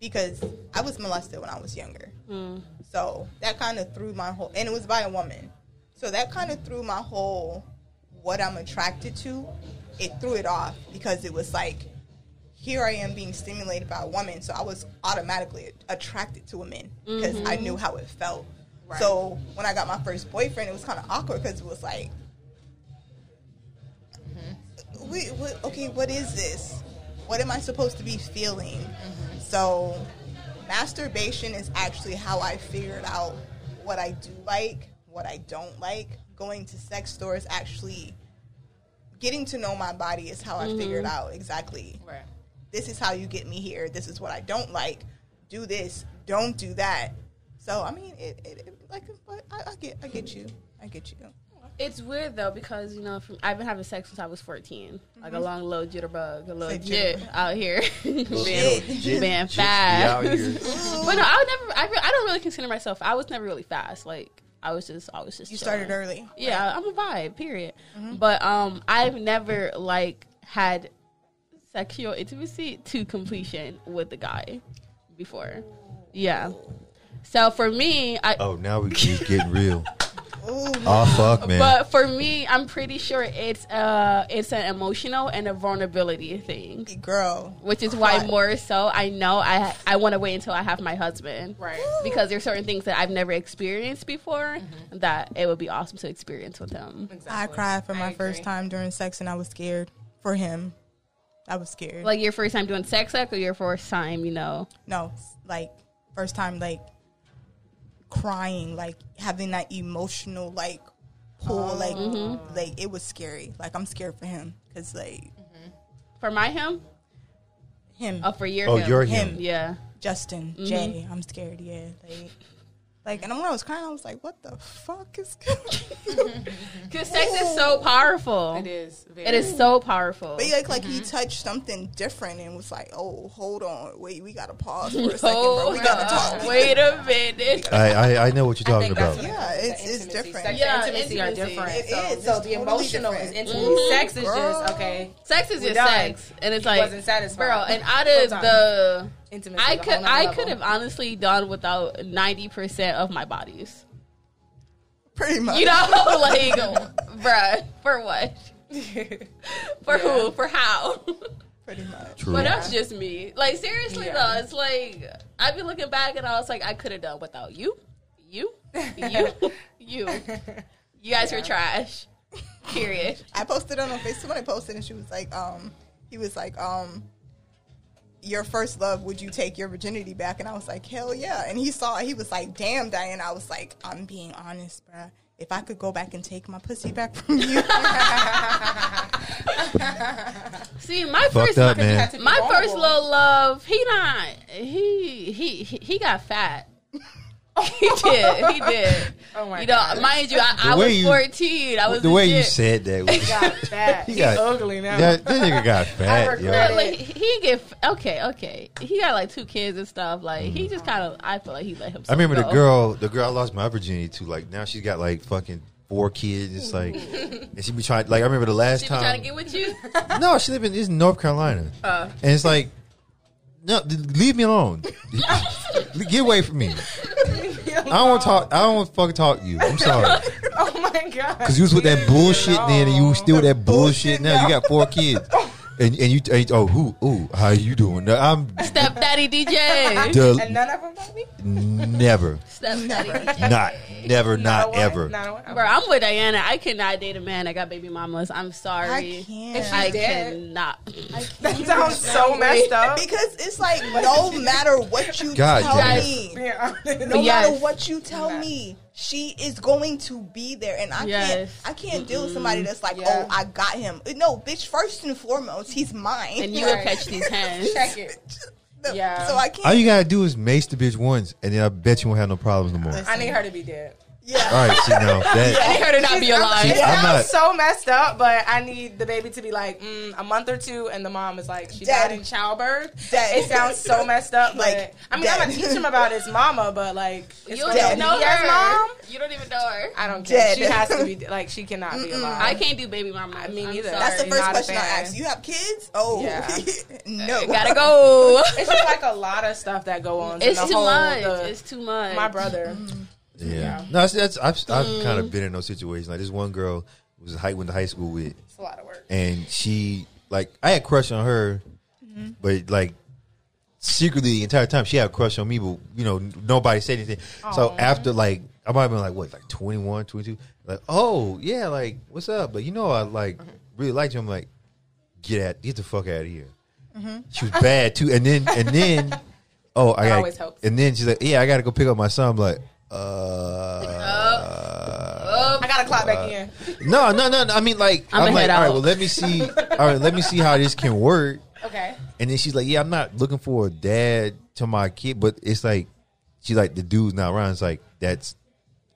C: because I was molested when I was younger. So that kind of threw my whole, and it was by a woman. So that kind of threw my whole what I'm attracted to. It threw it off because it was like, here I am being stimulated by a woman, so I was automatically attracted to women because I knew how it felt. So when I got my first boyfriend, it was kind of awkward because it was like, we, what, okay, what is this? What am I supposed to be feeling? So, masturbation is actually how I figured out what I do like, what I don't like. Going to sex stores, actually getting to know my body is how I figured out exactly
D: Right.
C: this is how you get me here. This is what I don't like. Do this. Don't do that. So I mean, it, it, it like, but I, I get, I get you, I get you.
A: It's weird though because you know from, I've been having sex since I was 14, like
C: Mm-hmm.
A: a long little jitterbug, a little
C: Say
A: jit out here,
B: Shit.
A: being,
B: Jit-
A: being
B: jits be out
A: fast.
B: here.
A: But no, I would never. I, re- I don't really consider myself. I was never really fast. Like I was just. I was just.
C: You
A: chilling.
C: started early.
A: Yeah, I'm a vibe. Period. But um, I've never like had sexual intimacy to completion with a guy before. Yeah. So for me, I.
B: Oh, now we he's getting real.
C: Ooh,
B: Oh fuck, man.
A: But for me, I'm pretty sure it's uh it's an emotional and a vulnerability thing,
C: girl.
A: which is why
C: Right.
A: more so I know I I want to wait until I have my husband,
D: Right.
A: Because there's certain things that I've never experienced before that it would be awesome to experience with him.
C: I
D: Exactly.
C: cried for my
D: I
C: first
D: agree.
C: time during sex, and I was scared for him. I was scared.
A: Like your first time doing sex act or your first time, you know,
C: no, like first time, like crying, like having that emotional, like pull, like, like it was scary. Like I'm scared for him because like
A: for my him,
C: him.
A: oh for your
B: oh,
A: him,
B: you're
C: Him.
B: him.
A: yeah.
C: Justin, Jay, I'm scared, yeah. Like, like, and when I was crying, I was like, what the fuck is going on?
A: Because sex is so powerful.
D: It is. Very
A: It is so powerful.
C: But he, like, like he touched something different and was like, oh, hold on, wait, we gotta pause for a second, bro. We
A: Hold
C: gotta
A: on.
C: talk.
A: Wait a minute.
B: I, I I know what you're talking
D: think that's
B: about.
D: what
C: Yeah, it's,
D: The
C: it's
D: intimacy.
C: different.
D: Sex
A: Yeah,
D: and intimacy, are
A: intimacy.
D: different.
C: It
D: so
C: is.
D: so
C: It's
D: the
C: totally
D: emotional
C: different.
D: is intimacy. Sex is just okay.
A: Sex is
D: We're
A: just
D: done.
A: sex, and it's like,
D: wasn't satisfied.
A: bro. And out
D: Full
A: of
D: time.
A: the,
D: Intimacy.
A: I
D: is a
A: could,
D: whole nother
A: I
D: level.
A: could have honestly done without ninety percent of my bodies.
C: Pretty much.
A: You know, like, bruh, for what? for who? For how?
C: Pretty much.
B: True.
A: but that's just me. Like, seriously
D: Yeah.
A: though, it's like I be looking back, and I was like, I could have done without you, you, you, you. You guys were trash. Period.
C: I posted on Facebook. Somebody posted and she was like, um, he was like, um, your first love, would you take your virginity back? And I was like, hell yeah. And he saw, he was like, damn, Diane. I was like, I'm being honest, bruh. If I could go back and take my pussy back from you,
A: See, my
B: Fucked
A: first
B: up,
D: You
B: man.
D: have to be
A: My first
D: vulnerable.
A: little love, he not he he he, he got fat. he did, he did.
D: Oh my
A: you know,
D: God.
A: mind you, I, I
B: The way
A: was
B: you-
A: fourteen. I was
B: The way you
A: legit.
B: said that, was,
D: got fat.
B: He
D: He's
B: got-
D: ugly now.
B: that, that nigga got fat,
D: regret
B: yo.
A: Like, he he get f- okay, okay. He got like two kids and stuff. Like he just
D: Mm-hmm.
A: kind of, I feel like he let himself.
B: I remember the
A: go.
B: girl, the girl I lost my virginity to. Like now she's got like fucking four kids. It's like, and she be trying. Like I remember the last
A: She be
B: time.
A: trying to get with you.
B: No, she live in is North Carolina, and it's like, no, th- leave me alone. Get away from me. I don't want to talk. I don't want to fucking talk to you. I'm sorry,
D: Oh my god.
B: because you was with that bullshit then, and you still with that bullshit now. You got four kids, and and you and, oh who ooh how you doing? No, I'm
A: Step daddy DJ.
B: the,
D: And none of them like me.
B: never
A: Step daddy DJ.
B: not never not
D: one.
B: ever.
D: Not one.
A: Bro, I'm with Diana. I cannot date a man that got baby mamas. I'm sorry.
C: I can't.
A: I
D: dead.
A: cannot.
D: That sounds so messed up.
C: because it's like no matter what you
B: God
C: tell
B: damn.
C: me,
D: Being honest.
C: no
A: Yes.
C: matter what you tell me, she is going to be there, and I
A: Yes.
C: can't. I can't deal with somebody that's like,
D: Yeah.
C: oh, I got him. No, bitch. First and foremost, he's mine.
A: and you will
D: Right.
A: catch these hands.
D: Check it.
C: The-
D: Yeah.
C: So I
B: All
C: can't.
B: you gotta do is mace the bitch once, and then I bet you won't have no problems no more. All
D: I need her to be dead.
C: yeah.
B: right, see now that
A: I heard it not be
B: See,
A: alive.
D: It
B: I'm not-
D: sounds so messed up, but I need the baby to be like mm, a month or two, and the mom is like she
C: Dead.
D: died in childbirth.
C: Dead.
D: It sounds so messed up. Like
C: Like,
D: I mean,
C: dead.
D: I'm gonna teach him about his mama, but like it's
A: You don't
D: gonna
C: Dead.
A: even
D: be
A: know
D: his
A: her.
D: mom.
A: You don't even know her.
D: I don't care. She
C: Dead.
D: has to be like she cannot be alive.
A: I can't do baby mama. I
D: Me
A: mean,
D: neither.
A: either.
C: That's the first
D: Sorry, not a
C: question I
D: fan.
C: asked. You have kids? Oh,
D: Yeah.
C: no.
A: Gotta go.
D: It's just like a lot of stuff that go on. So
A: it's
D: the
A: too
D: whole-
A: much.
D: the-
A: it's too much.
D: my brother
B: Yeah. No, that's, that's I've, I've kind of been in those situations. Like this one girl was high, went to high school with,
D: It's a lot of work.
B: and she like I had a crush on her,
D: Mm-hmm.
B: but like secretly the entire time she had a crush on me, but you know n- nobody said anything. So after like I might have been like what like 21, 22? like oh yeah, like what's up? But you know I like
D: Mm-hmm.
B: really liked you. I'm like get at get the fuck out of here.
D: Mm-hmm.
B: She was bad too, and then and then oh I got
D: always helps.
B: and then she's like yeah I got to go pick up my son. I'm like uh
D: I gotta clock back in.
B: no, no, no. no, I mean, like,
A: I'ma
B: I'm, like,
A: head
B: all right.
A: out.
B: Well, let me see. All right, let me see how this can work.
D: Okay.
B: And then she's like, "Yeah, I'm not looking for a dad to my kid, but it's like, she's like, the dude's not around. It's like that's,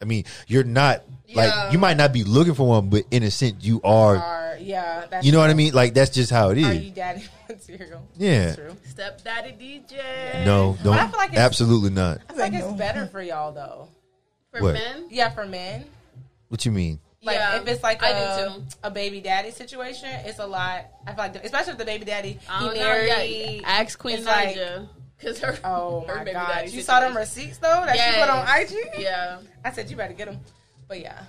B: I mean, you're not
D: Yeah.
B: like you might not be looking for one, but in a sense, you are.
D: Or yeah, that's
B: you know what I mean? Like that's just how it
D: Are
B: is.
D: you daddy material?
B: Yeah.
D: That's true.
A: Step Daddy DJ.
B: no, don't.
D: I feel like it's-
B: absolutely not.
D: I feel like it's
C: no.
D: better for y'all though.
A: For
B: What?
A: men?
D: Yeah, for men.
B: What you mean?
D: Like
A: Yeah,
D: if it's like
A: I
D: a
A: do too.
D: a baby daddy situation, it's a lot. I feel like, the, especially if the baby daddy
A: I
D: he
A: don't know.
D: married.
A: Yeah, ask Queen
D: it's like-
A: Naja. Because her.
D: Oh
A: her
D: my
A: baby
D: god! You
A: daddy
D: saw them
A: situation.
D: receipts though that she put on IG.
A: Yeah.
D: I said you better get them. But yeah,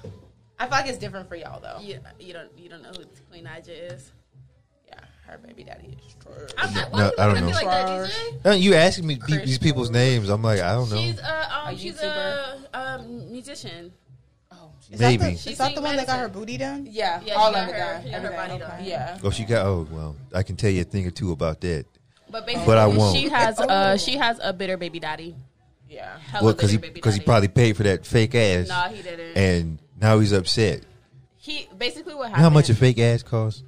D: I feel like it's different for y'all though.
A: You, you don't you don't know who Queen Naja is.
D: Yeah, her baby daddy is trash.
A: I'm not.
B: No,
A: why you
B: I don't
A: looking at me
B: know.
A: Like that,
D: Trash.
A: DJ?
B: Uh, You asking me pe-
D: Chris
B: these people's names? I'm like, I don't know.
A: She's a um,
D: A
A: she's a
D: YouTuber.
A: um, musician.
D: Oh, shit.
C: Is that the-
B: Maybe.
C: Is
A: She's
C: that the
A: singing
C: one that got her
A: medicine.
C: booty done?
D: yeah,
A: Yeah,
D: all
A: she got
D: of it.
A: her-
D: done.
A: she got her
D: Everything.
A: body done.
D: Yeah.
B: Oh, she got. Oh, well, I can tell you a thing or two about that.
A: But basically,
B: But I won't.
A: she has
D: Oh.
A: uh she has a bitter baby daddy.
D: Yeah.
A: Hella
B: Well, because he
A: bitter baby
B: because he
A: daddy.
B: probably paid for that fake ass.
A: Nah, he didn't.
B: and now he's upset.
A: he basically what
B: You know
A: happened?
B: how much a fake ass costs?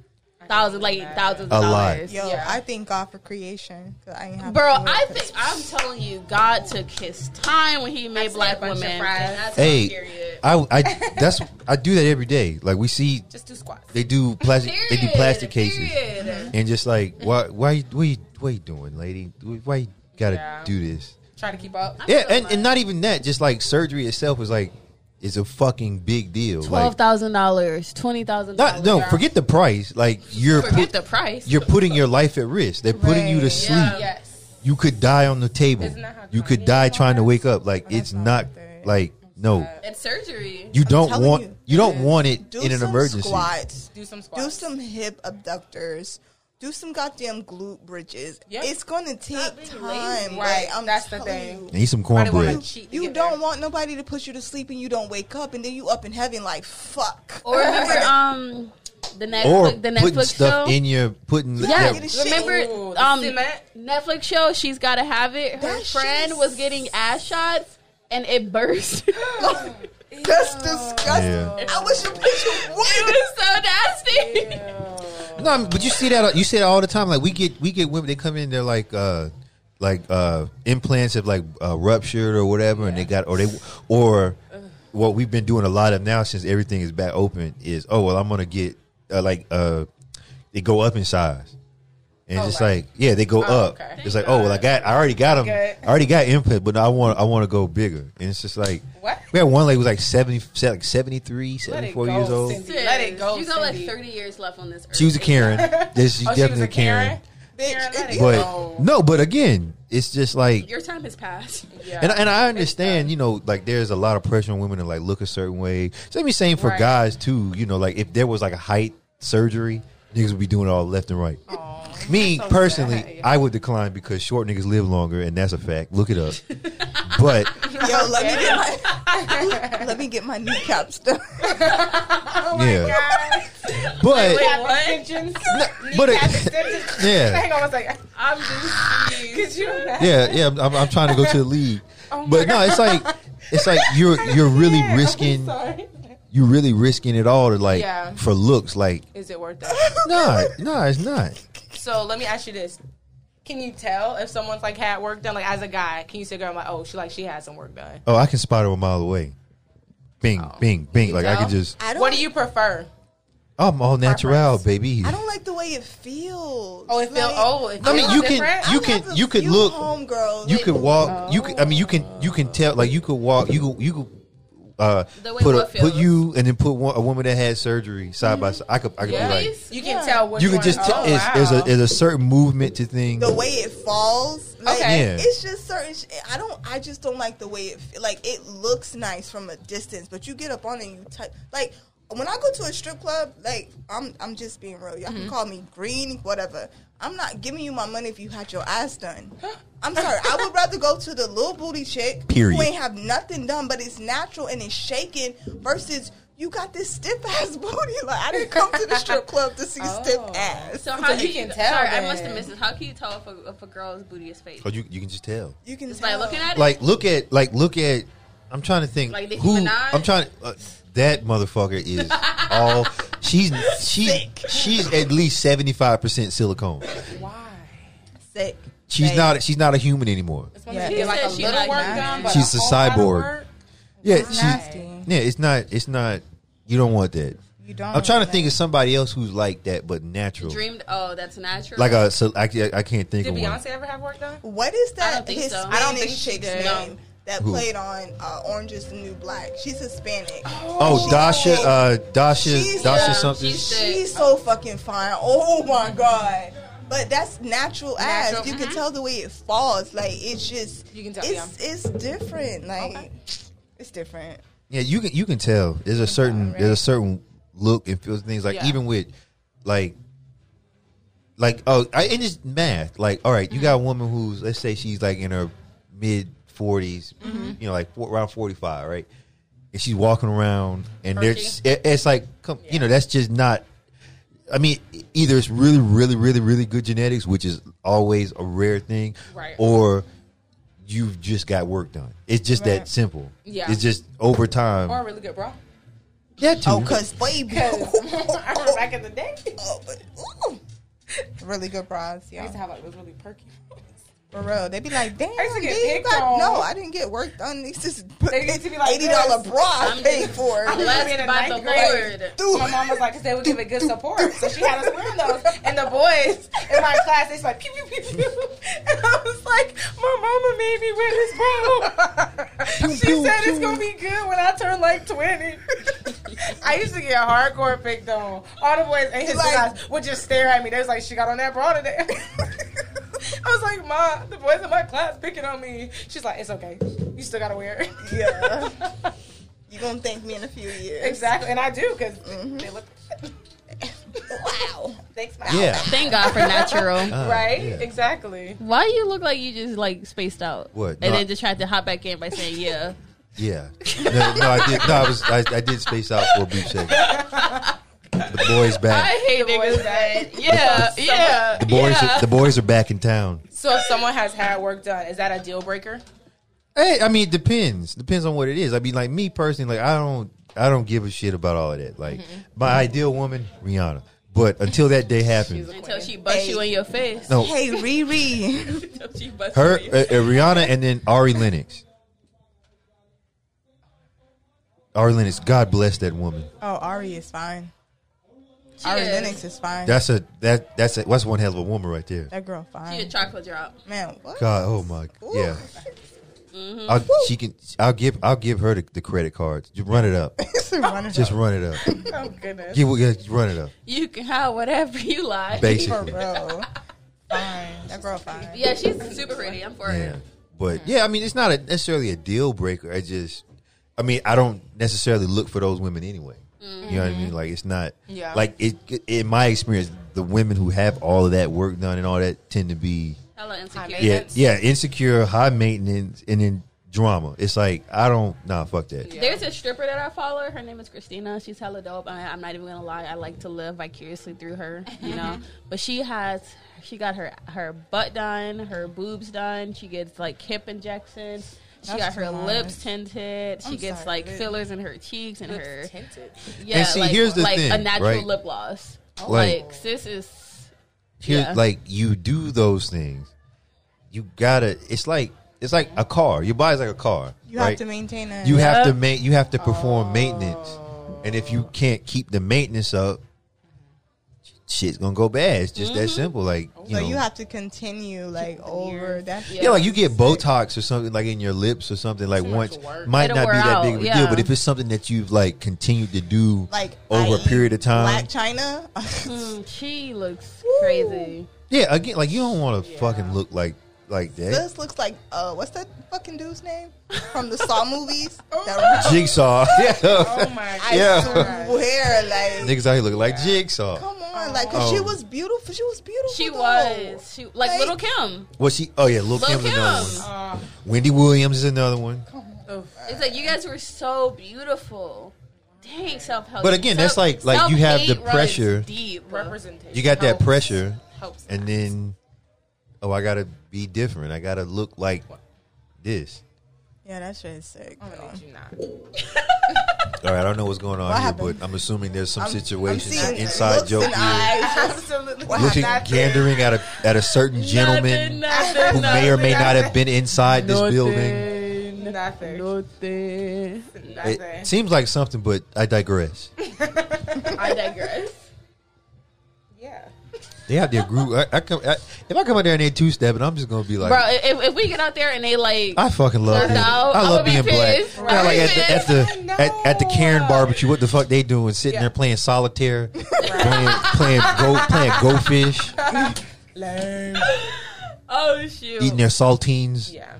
A: thousands like thousands of
B: A lot.
A: dollars?
C: Yo,
D: Yeah.
C: I thank God for creation. 'cause I ain't have to
A: Bro,
C: do it,
A: I
C: 'cause
A: think I'm telling you, God took His time when He made
D: That's
A: black
D: a bunch of
A: women.
D: fries.
A: That's
B: Hey.
A: period.
B: I, I that's I do that every day. Like we see
D: Just do squats.
B: they do plastic they do
A: Period,
B: plastic cases
A: period.
B: and just like why why you- what you, what you doing, lady? Why you gotta
D: Yeah.
B: do this?
D: Try to keep up.
B: Yeah, and, and not even that. Just like surgery itself is like is a fucking big deal.
A: Twelve
B: Like
A: thousand dollars, twenty thousand dollars.
B: not, no, forget the price. Like you're
A: Forget
B: put-
A: the price.
B: you're putting your life at risk. They're putting you to
C: Right.
B: sleep.
A: Yeah.
D: Yes.
B: You could die on the table.
D: Isn't that how
B: You could
D: Kanye
B: die
D: died?
B: trying to wake up. Like it's
C: not
B: not
C: worth it.
B: like no.
A: and surgery.
B: You don't
C: telling
B: want you,
C: you.
B: don't want it
C: do
B: in an
C: some
B: emergency.
C: Squats.
D: Do some squats.
C: Do some hip abductors. Do some goddamn glute bridges.
D: Yep.
C: It's gonna take
A: being
C: time.
A: lazy.
D: Right,
C: Like, I'm
D: that's the
C: telling
D: thing.
C: you.
B: Need some
D: Probably wanna
B: cornbread.
D: cheat to
C: You
D: get
C: don't
D: there.
C: want nobody to put you to sleep and you don't wake up and then you up in heaven like fuck.
A: Or remember um the Netflix
B: Or
A: the
B: putting
A: Netflix
B: stuff
A: show.
B: in your putting
A: Yeah,
B: yeah,
C: Get his shit.
A: remember
D: Ooh, the
A: um
D: cement.
A: Netflix show? She's gotta have it. Her
C: That shit
A: friend
C: is-
A: was getting ass shots and it burst. it
C: That's disgusting.
B: Yeah.
C: I wish you picture would.
A: was so nasty.
B: No, I mean, but you see that you see that all the time. Like we get we get women they come in they're like uh like uh implants have like uh, ruptured or whatever and they got or they or what we've been doing a lot of now since everything is back open is oh well I'm gonna get uh, like uh they go up in size. And it's just like,
D: Oh, like-
B: yeah, they go up.
D: okay.
B: It's like, oh well, I got, I already got them,
D: Good.
B: I already got input, but I want, I want to go bigger. And it's just like,
D: What?
B: we had one lady who was like 70, like 73,
D: Let it
B: 74
D: go,
B: years old.
D: Cindy. Let it go.
A: You got like
D: Cindy.
A: 30 years left on this earth.
B: She was a Karen. Yes, she's
D: Oh, she
B: definitely
D: was a Karen. Karen,
C: Bitch,
D: let
C: it-
D: it
B: But
D: go.
B: no, but again, it's just like,
A: Your time has passed.
D: Yeah.
B: and and I understand, you know, like there's a lot of pressure on women to like look a certain way. Same same for
D: Right.
B: guys too. You know, like if there was like a height surgery, niggas would be doing it all left and right. Me
D: so
B: personally,
D: sad.
B: I would decline because short niggas live longer, and that's a fact. Look it up. but
C: Yo, let me get my let me get my kneecaps done.
D: Oh
B: yeah, but
D: Extensions.
B: but
D: Kneecap
B: it,
D: extensions.
B: yeah,
D: Hang on one second.
A: I'm just
D: Could you imagine?
B: yeah, yeah. I'm, I'm, I'm trying to go to the league,
D: Oh my
B: but no, it's like it's like you're you're really
D: Yeah, I'm
B: risking.
D: sorry.
B: you really risking it all to like
D: Yeah.
B: for looks like
D: Is it worth it?
B: nah nah it's not
D: so let me ask you this: Can you tell if someone's like had work done? Like as a guy, can you say, "Girl, I'm like, oh, she like she had some work done."
B: oh i can spot her a mile away bing bing bing like i
D: tell?
B: can just
C: I don't
D: What do you prefer?
B: i'm all natural baby
C: I don't like the way it feels.
D: Oh, it feel
C: Like,
D: oh, it
B: I mean,
D: feels
B: you can-
D: different?
B: you
C: I
B: can-
C: have a
B: you can
C: few
B: look-
C: homegirls.
B: you can walk you can i mean you can you can tell like you could walk you could you could uh,
A: The way
B: put
A: one
B: a, put
A: feels.
B: you and then put one, a woman that had surgery side by side. I could I could
A: Yeah.
B: be like
A: Please?
D: You can tell what
B: you could just t-
D: oh,
B: it's,
D: wow.
B: there's a there's a certain movement to things.
C: the way it falls. Like,
D: Okay.
B: Yeah.
C: It's just certain. Sh- I don't. I just don't like the way it. f- Like it looks nice from a distance, but you get up on it and you touch. Like when I go to a strip club, like I'm. I'm just being real. Y'all
A: Mm-hmm.
C: can call me green, whatever. I'm not giving you my money if you had your ass done. I'm sorry. I would rather go to the little booty chick
B: Period.
C: who ain't have nothing done, but it's natural and it's shaking versus. You got this stiff ass booty. Like I didn't come to the strip club to see stiff ass.
A: Oh. So how
D: you
A: do
D: can tell
A: Sorry,
D: then.
A: I must have missed it. How can you tell if a, if a girl's booty is fake?
B: Oh, you you can just tell.
C: You can
A: Just by
C: tell.
A: looking at it.
B: Like look at like look at. I'm trying to think
A: Like Nicki
B: who
A: Minaj?
B: I'm trying. Uh, that motherfucker is all she's she's she's at least seventy five percent silicone.
D: Why?
C: sick.
B: She's
C: Babe.
B: not she's not a human anymore.
D: It's one that
C: Yeah.
D: you
C: She
D: get like a
A: said she
D: little
A: like
D: work
A: that.
D: done, but
B: She's a
D: whole lot of
B: cyborg.
D: work?
B: Yeah, she's
C: nasty.
B: yeah. It's not it's not. You don't want that.
C: You don't.
B: I'm trying to think of somebody else who's like that but natural.
A: Dreamed. Oh, that's natural.
B: Like a so I, can't- I can't think
D: Did
B: of one.
D: Beyonce ever have work done?
C: What is
A: I
C: that
A: don't think so.
C: Hispanic
A: I
D: don't think she
C: chick's
D: did.
C: name that
B: Who?
C: played on uh, Orange Is the New Black? She's Hispanic.
B: Oh, Dasha, uh, Dasha,
C: She's-
B: Dasha
A: Yeah,
B: something.
A: she's the-
C: She's so fucking fine. Oh my god. But that's natural ass.
D: Natural, uh-huh.
C: You can tell the way it falls. Like it's just
D: You can tell,
C: it's it's different. Like it's different.
B: Yeah, you can you can tell. There's a certain there's a certain look and feels and things like
D: Yeah.
B: even with like like oh I, and it's math. Like all right, you
D: Mm-hmm.
B: got a woman who's let's say she's like in her mid 40s
D: Mm-hmm.
B: you know, like four, around forty five, right? And she's walking around, and there's it, it's like come, you know that's just not. I mean, either it's really, really, really, really good genetics, which is always a rare thing,
D: Right.
B: or you've just got work done. It's just that simple.
D: Yeah.
B: It's just over time.
D: Or a really good bra?
B: Yeah, too.
C: Oh, cause baby.
D: I remember back in the day, I
C: Oh, but- ooh. Really good bras,
D: used to
C: yeah.
D: have like those really perky.
C: For real, they be like, "Damn,
D: used to get
C: dude, you
D: picked
C: got-
D: on.
C: no, I didn't get work done. These just
D: They used to be like
C: eighty dollar
D: this.
C: bra I
A: I'm
C: paid
A: just-
C: for. it.
D: Like,
A: Blessed
D: in
A: by the
D: ninth grade.
A: Lord.
C: Dude.
D: My mom was like, 'cause they would give it good support. So she had us wearing those. And the boys in my class, they was like, pew, pew, pew, pew. And I was like, my mama made me wear this bra. she said it's going to be good when I turn like 20. I used to get hardcore picked on. All the boys in his
C: Like-
D: class would just stare at me. They was like, she got on that bra today. I was like, ma, the boys in my class picking on me. She's like, it's okay. You still got to wear it.
C: Yeah. You gonna thank me in a few years. Mm-hmm.
D: Exactly, and I do because they look.
C: Wow.
D: Thanks, my
B: yeah.
A: Thank God for natural.
B: Uh,
D: Right?
B: yeah.
D: Exactly.
A: Why you look like you just like spaced out?
B: What?
A: And
B: No, I-
A: then just tried to hop back in by saying, "Yeah,
B: Yeah. No, no, I did. No, I was. I, I did space out for a brief second. The boys back.
A: I hate
D: The boys
A: niggas."
D: that-
A: Yeah, yeah,
B: The boys.
A: yeah.
B: Are, the boys are back in town.
D: So if someone has had work done, is that a deal breaker?
B: Hey, I mean, it depends. Depends on what it is. I mean, like me personally, like I don't. I don't give a shit about all of that. Like
D: Mm-hmm.
B: my ideal woman, Rihanna. But until that day happens,
A: Until she busts you in your face.
B: no,
C: Hey Riri.
A: Until she busts
B: her,
A: you.
B: uh, uh, Rihanna, and then Ari Lennox. Ari Lennox, God bless that woman.
C: Oh, Ari is fine.
A: She
C: Ari
A: is.
C: Lennox is fine.
B: That's a that that's a, that's one hell of a woman right there.
C: that girl
A: She a
C: fine.
A: chocolate drop.
C: Man, what?
B: God, oh my,
C: Ooh.
B: yeah. I'll, she can. I'll give. I'll give her the, the credit cards. Just run it up.
C: It's a runner.
B: Just run it up.
D: Oh goodness.
B: Give, yeah, just run it up.
A: You can have whatever you like.
C: for
B: Basically,
C: real. Fine. That girl fine.
A: Yeah, she's super pretty. I'm for
B: yeah.
A: her.
B: But yeah, I mean, it's not a, necessarily a deal breaker. I just, I mean, I don't necessarily look for those women anyway. You know what I mean? Like it's not.
D: Mm-hmm. Yeah.
B: Like it. In my experience, the women who have all of that work done and all that tend to be
A: Hella insecure.
D: mean-
B: yeah,
D: Maintenance.
B: yeah, insecure, high maintenance, and then drama. It's like I don't. Nah, fuck that.
D: Yeah.
A: There's a stripper that I follow. Her name is Christina. She's hella dope. I I'm not even gonna lie. I like to live vicariously through her, you know. but she has, she got her her butt done, her boobs done. She gets like hip injections. She
C: That's
A: got her
C: too much.
A: lips tinted. She
C: I'm
A: gets
C: sorry,
A: like
C: really.
A: fillers in her cheeks and her
D: Tinted.
A: yeah,
B: And see,
A: like,
B: here's the
A: like a
B: thing,
A: natural
B: right?
A: lip gloss.
B: Like-
A: Like, sis is
B: Here,
A: Yeah.
B: like you do those things, you gotta. It's like it's like a car. Your body's like a car.
C: You
B: right?
C: have to maintain it.
B: You have
A: Yeah.
B: to make. You have to perform maintenance, and if you can't keep the maintenance up, shit's gonna go bad. It's just that simple. Like you
C: so
B: know,
C: you have to continue like over that.
B: yeah, like you get Botox or something like in your lips or something like once might
A: It'll
B: not be
A: wear
B: that
A: out,
B: big of a
A: yeah.
B: deal. But if it's something that you've like continued to do
C: like
B: over a
C: i.e.
B: period of time,
C: Black China.
A: Mm, she looks crazy.
B: yeah, again, like you don't want to fucking look like like that.
C: this looks like uh, what's that fucking dude's name from the Saw movies?
A: Oh
C: That-
B: Jigsaw, yeah,
D: Oh my
C: I
B: Yeah.
C: swear, like
B: niggas out here looking like Jigsaw.
C: come on, like 'cause she
B: Oh.
C: was beautiful. She was beautiful.
A: She
C: though.
A: was. She like,
C: Like-
A: little Kim.
B: Well, she, oh yeah,
A: Lil
B: Lil Kim's another
A: Kim.
B: one.
D: Uh,
B: Wendy Williams is another one.
A: It's like you guys were so beautiful. Dang self help.
B: But again, that's like- like you have the pressure.
A: Deep.
D: representation.
B: You got that
D: Helps.
B: pressure,
D: Helps.
B: and then oh, I gotta be different. I gotta look like this.
C: Yeah, that shit is sick.
A: Oh
D: I
C: though.
D: don't need you not.
B: All right, I don't know what's going on
C: What
B: here,
C: happened?
B: but I'm assuming there's some
C: I'm-
B: situations
C: I'm seeing
B: inside
C: looks
B: joke.
C: and eyes.
D: Absolutely.
C: What
B: Looking
C: happened?
B: gandering at a at a certain gentleman
A: Nothing,
B: who may or may not have been inside this building.
D: Nothing.
A: Nothing.
D: Nothing.
B: It seems like something, but I digress.
A: I digress.
D: yeah.
B: They have their group. I, I come I, if I come out there and they two step, and I'm just gonna be like,
A: Bro, if, if we get out there and they like,
B: I fucking love
A: Knocked
B: being,
A: out.
B: I
A: I'ma
B: love
A: be
B: being black.
A: pissed.
B: Yeah, like at the at
D: I
B: the
D: know.
B: at, at the Karen barbecue, what the fuck they doing? Sitting there playing solitaire, playing playing go playing goldfish,
D: Lame.
A: oh shoot,
B: eating their saltines.
D: Yeah.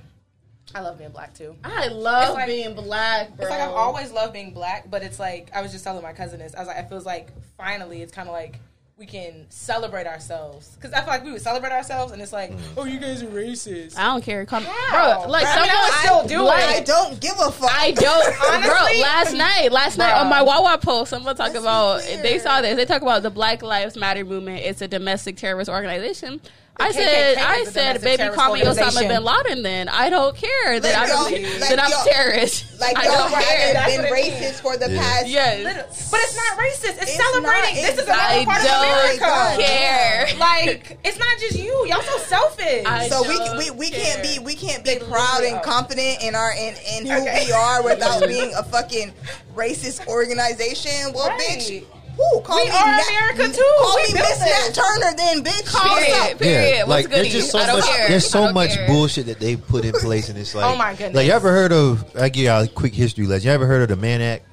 D: I love being black too.
A: I love
D: It's like-
A: being black, bro.
D: It's like I've always loved being black, but it's like I was just telling my cousin this. I was like, I feels like finally it's kind of like we can celebrate ourselves because I feel like we would celebrate ourselves, and it's like,
B: Mm-hmm.
D: oh, you guys are racist.
A: I don't care. Come,
D: How?
A: bro. Like
D: Bro, I
A: someone,
D: mean, I still do
A: like,
C: I don't give a fuck.
A: I don't, bro.
D: Honestly?
A: Last night, last night
D: Bro.
A: on my Wawa post, someone talk
C: This is
A: about
C: weird.
A: they saw this. They talk about the Black Lives Matter movement. It's a domestic terrorist organization. I
D: KKK
A: said,
D: is
A: I
D: a
A: said,
D: domestic
A: baby,
D: terrorist
A: call me Osama
D: organization.
A: bin Laden. Then I don't care that I don't,
C: y'all- like
A: that I'm
C: y'all-
A: terrorist.
C: like
A: I
C: y'all
A: don't care.
D: that's
C: haven't been
D: what it
C: racist for the
B: Yeah.
C: past.
A: Yes,
D: But it's not racist. It's,
C: It's
D: celebrating.
C: not.
D: this is
C: I
D: another part
A: don't
D: of America.
A: care.
D: Like it's not just you. Y'all so selfish.
A: I
C: So we
A: don't
C: we, we
A: care.
C: can't be we can't be proud and
D: are.
C: confident in our in, in who
D: Okay.
C: we are without being a fucking racist organization. Well,
D: Right.
C: bitch, who call
D: We
C: me
D: are
C: Nat-
D: America, too.
C: Call
D: We
C: me
D: built
C: Miss Nat
D: this.
C: Turner, then bitch. Call
A: Period.
C: us up.
A: Period. What's
B: like there's
A: goodies?
B: just so
A: I don't
B: much.
A: care.
B: There's
A: I
B: so
A: don't
B: much
A: care. Oh
B: bullshit that they put in place, and it's like,
D: my goodness.
B: Like you ever heard of? I give y'all a quick history lesson. You ever heard of the Man Act?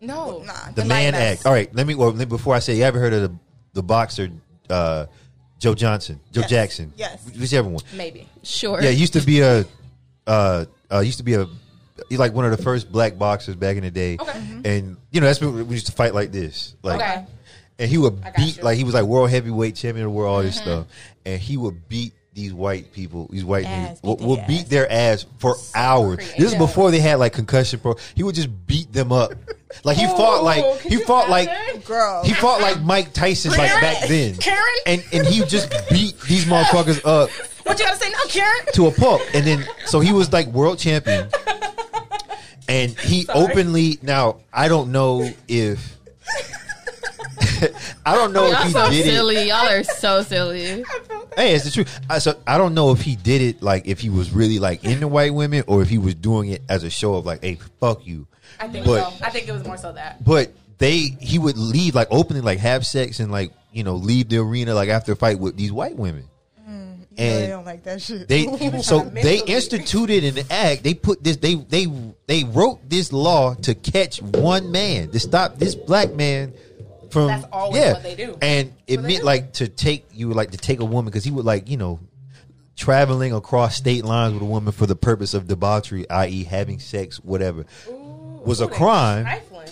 D: no.
C: Nah,
B: The
C: the
B: Man
D: Lighthouse.
B: Act. All right, let me. Well, let- before I say, you ever heard of the the boxer uh, Joe Johnson, Joe
C: Yes.
B: Jackson?
C: Yes.
B: whichever one.
D: Maybe.
A: sure.
B: Yeah, he used to be a, uh, uh, used to be a, he's like one of the first black boxers back in the day.
D: Okay.
C: Mm-hmm.
B: And you know that's when we used to fight like this, like,
D: Okay.
B: and he would
D: I Mm-hmm. got
B: beat
D: you.
B: like he was like world heavyweight champion of the world, all this stuff, and he would beat these white people, these white
C: Ass,
B: dudes, will,
C: beat their
B: will
C: ass.
B: beat their ass for hours. This is
D: creative.
B: before they had like concussion pro. He would just beat them up, like he fought like
D: Ooh, could
B: he
D: you
B: fought like
D: imagine?
C: girl.
B: he fought like Mike Tyson like
D: Karen?
B: back then,
D: Karen?
B: and and he just beat these motherfuckers up
D: What you gotta say now, Karen?
B: to a pulp, and then so he was like world champion, and he openly now I don't know if I don't know if
A: Y'all
B: he
A: so
B: did
A: silly. Y'all are so silly.
B: it. Hey, it's the truth. I, so I don't know if he did it like if he was really like into white women or if he was doing it as a show of like, hey, fuck you.
D: I think
B: But-
D: so. I think it was more so that.
B: But they he would leave like openly like have sex and like you know leave the arena like after a fight with these white women.
C: They
B: and
C: don't like that shit.
B: They so they
D: Mentally.
B: instituted an act. They put this. They they they wrote this law to catch one man to stop this black man from.
D: That's always what they do.
B: And it meant like to take you would, like to take a woman because he would like you know traveling across state lines with a woman for the purpose of debauchery, i.e., having sex, whatever, was a
D: Ooh, they
B: crime
D: Trifling.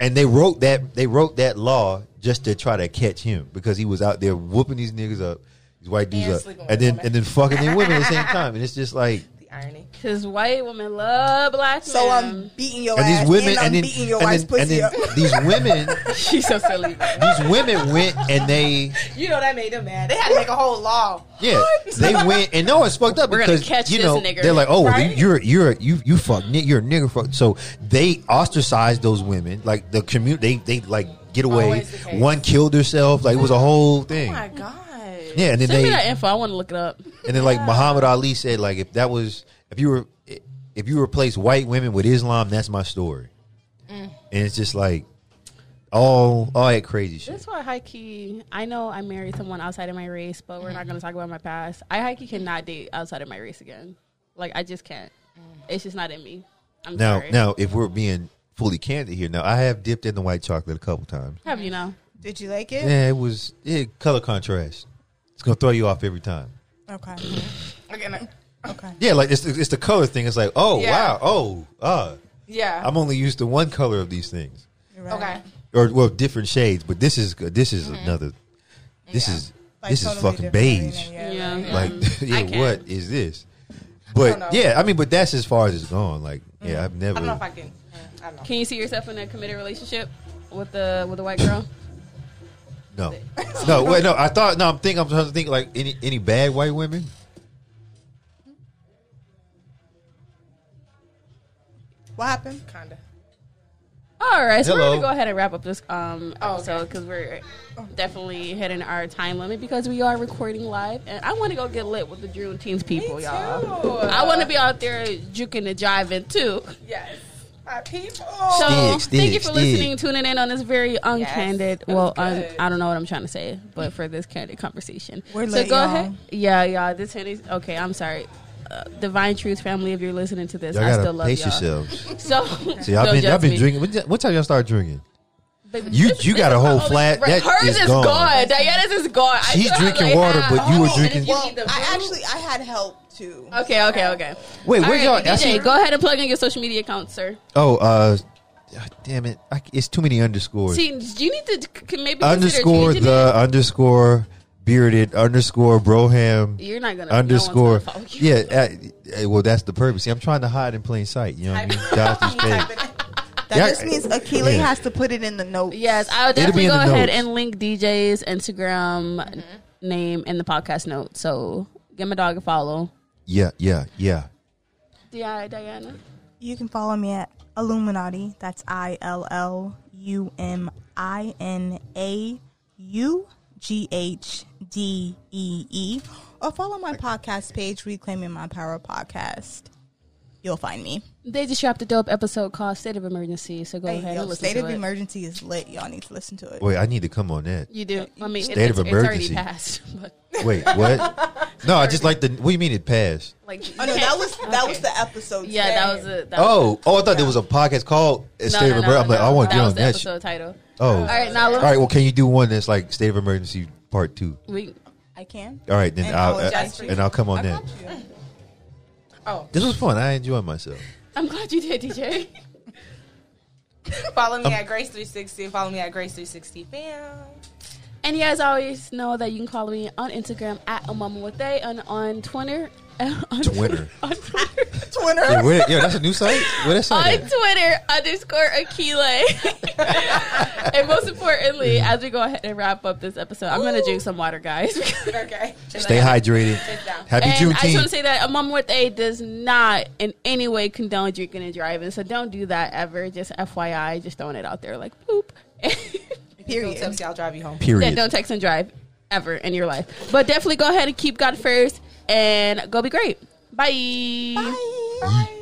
B: and they wrote that they wrote that law just to try to catch him because he was out there whooping these niggas up, these white dudes
D: And
B: up,
D: sleeping with
B: and then
D: women.
B: and then fucking their women at the same time. And it's just like
D: The irony.
A: Cause white women love black men.
C: so um, I'm beating your
B: and
C: ass
B: these women
C: and I'm
B: and then
C: beating your wife's
B: and then, and
C: pussy
B: then
C: up.
B: these women
A: she's so silly. bro.
B: these women went and they
D: You know that made them mad. They had to make a whole law.
B: yeah they went and no it's fucked up
A: We're gonna
B: because
A: catch
B: you
A: this
B: know
A: nigger.
B: they're like oh well,
D: Right?
B: you, you're you're you you fuck ni- you're a nigger fuck so they ostracized those women like the community they they like get away
D: Always the case.
B: one killed herself like it was a whole thing
D: Oh my god.
B: yeah and then
A: Send me
B: they
A: that info. I want to look it up.
B: And then like Muhammad Ali said, like if that was if you were if you replace white women with Islam, that's my story. And it's just like all all that crazy shit.
A: That's why high key. I know I married someone outside of my race, but we're not going to talk about my past. I high key cannot date outside of my race again. Like I just can't. It's just not in me. I'm
B: Now,
A: sorry.
B: now, if we're being fully candid here, now I have dipped in the white chocolate a couple times.
A: Have you know?
C: Did you like it?
B: Yeah, it was it, color contrast. It's gonna throw you off every time.
C: Okay.
D: Again, I-
C: Okay.
B: Yeah, like it's it's the color thing. It's like, oh
D: Yeah.
B: wow, oh ah,
D: yeah.
B: I'm only used to one color of these things,
C: You're right.
D: okay.
B: or well, different shades. But this is this is
A: Mm-hmm.
B: another. This is
C: Like,
B: this
C: totally
B: is fucking
C: different
B: beige.
C: arena,
A: Yeah.
C: right.
B: Like, yeah,
A: Mm-hmm. I can.
B: what is this?
D: know.
B: But yeah, I mean, but that's as far as it's gone. Like,
A: Mm-hmm.
B: yeah, I've never.
D: I don't know if I can. uh, I don't know.
A: Can you see yourself in a committed relationship with the with a white girl?
B: No, no, wait, no. I thought no. I'm thinking. I'm trying to think like any any bad white women.
C: What happened?
D: Kinda.
A: All right, so we're
B: Hello.
A: gonna go ahead and wrap up this um
D: Oh,
A: episode because we're definitely hitting our time limit because we are recording live, and I want to go get lit with the Juneteenth people, y'all. I want to be out there juking and jiving too.
D: Yes. My people.
A: So
B: Sticks,
A: thank you
B: sticks,
A: for
B: sticks.
A: listening, tuning in on this very uncandid.
D: that was
A: well, un,
D: good.
A: I don't know what I'm trying to say, but for this candid conversation,
C: We're
A: so
C: lit,
A: go
C: y'all.
A: ahead. Yeah, y'all. This Henny's okay. I'm sorry, uh, Divine Truth family. If you're listening to this,
B: Y'all
A: I
B: gotta
A: still love
B: pace
A: y'all.
B: yourselves.
A: So,
B: See, I've
A: don't
B: been I've
A: judge
B: been
A: me.
B: drinking. When, what time y'all start drinking?
A: But
B: You-
A: this-
B: you
A: this
B: got a
A: is my
B: whole
A: only-
B: flat. That
A: Hers
B: is
A: is
B: gone.
A: gone. Diana's is gone. I
B: She's
A: still have,
B: drinking
A: like,
B: water,
A: half.
B: but you were
A: And if
B: drinking-
A: you
C: Well,
A: need the
C: I
A: food-
C: actually I had help too.
A: Okay, okay, okay.
B: Wait, where's
A: All right,
B: y'all? I
A: DJ,
B: see-
A: go ahead and plug in your social media accounts, sir.
B: Oh, uh, damn it! I, it's too many underscores.
A: See, you need to c- maybe consider
B: underscore
A: changing
B: the
A: it.
B: underscore bearded underscore broham
A: You're not gonna no one's
B: underscore.
A: gonna follow you.
B: yeah, uh, uh, well, that's the purpose. See, I'm trying to hide in plain sight. You know what I mean? Dodge these pages.
C: That
B: Yeah.
C: just means Akili
B: Yeah.
C: has to put it in the notes.
A: Yes, I'll
B: It'll
A: definitely
B: be in
A: go
B: the
A: ahead
B: notes.
A: and link DJ's Instagram
C: Mm-hmm.
A: name in the podcast note. So give my dog a follow.
B: Yeah, yeah, yeah.
A: Yeah, Diana.
C: You can follow me at Illuminati. That's I L L U M I N A U G H D E E. Or follow my podcast page, Reclaiming My Power Podcast. You'll find me.
A: They just dropped a dope episode called State of Emergency. So go ahead
C: Yo,
A: and listen
C: State
A: to
C: of
A: it.
C: Emergency is lit. Y'all need to listen to it.
B: Wait, I need to come on that.
A: you do. I mean, it-
B: State of
A: it's, It's already
B: Emergency.
A: passed. But
B: Wait, what? no, I just like the. What do you mean it passed?
A: like,
C: Oh no, that was that was the episode.
A: yeah,
C: today.
A: that was it.
B: Oh, oh, I thought there was a podcast called State of Emergency. I'm like, I want to
A: that
B: get
A: was
B: on
A: the
B: that.
A: episode
B: Shit.
A: title.
B: Oh, all
A: All
B: right.
A: right, now let's,
B: Well, can you do one that's like State of Emergency Part Two?
A: we
C: I can.
B: All right, then
C: And
B: I'll uh,
C: apologize for
B: and I'll come on that.
D: Oh,
B: This was fun. I enjoyed myself.
A: I'm glad you did, DJ.
D: follow me at Grace360. Follow me at Grace360 fam.
A: and you guys always know that you can follow me on Instagram at Amama with They and on Twitter. on
B: Twitter.
A: on Twitter.
C: Twitter.
B: Yeah, where- yeah, that's a new site. Where that
A: on
B: site? at?
A: Twitter underscore Akile. and most importantly, as we go ahead and wrap up this episode, I'm going to drink some water, guys.
D: Okay.
B: Stay hydrated.
D: down.
A: and
B: Happy
A: I just want to
B: Juneteenth.
A: say that a mom with A does not in any way condone drinking and driving. So don't do that ever. Just FYI, just throwing it out there like poop.
D: Don't
C: Period.
D: tell me I'll drive you home.
A: yeah,
B: Period.
A: don't text and drive ever in your life. But definitely go ahead and keep God first and go be great. Bye.
C: Bye. Bye.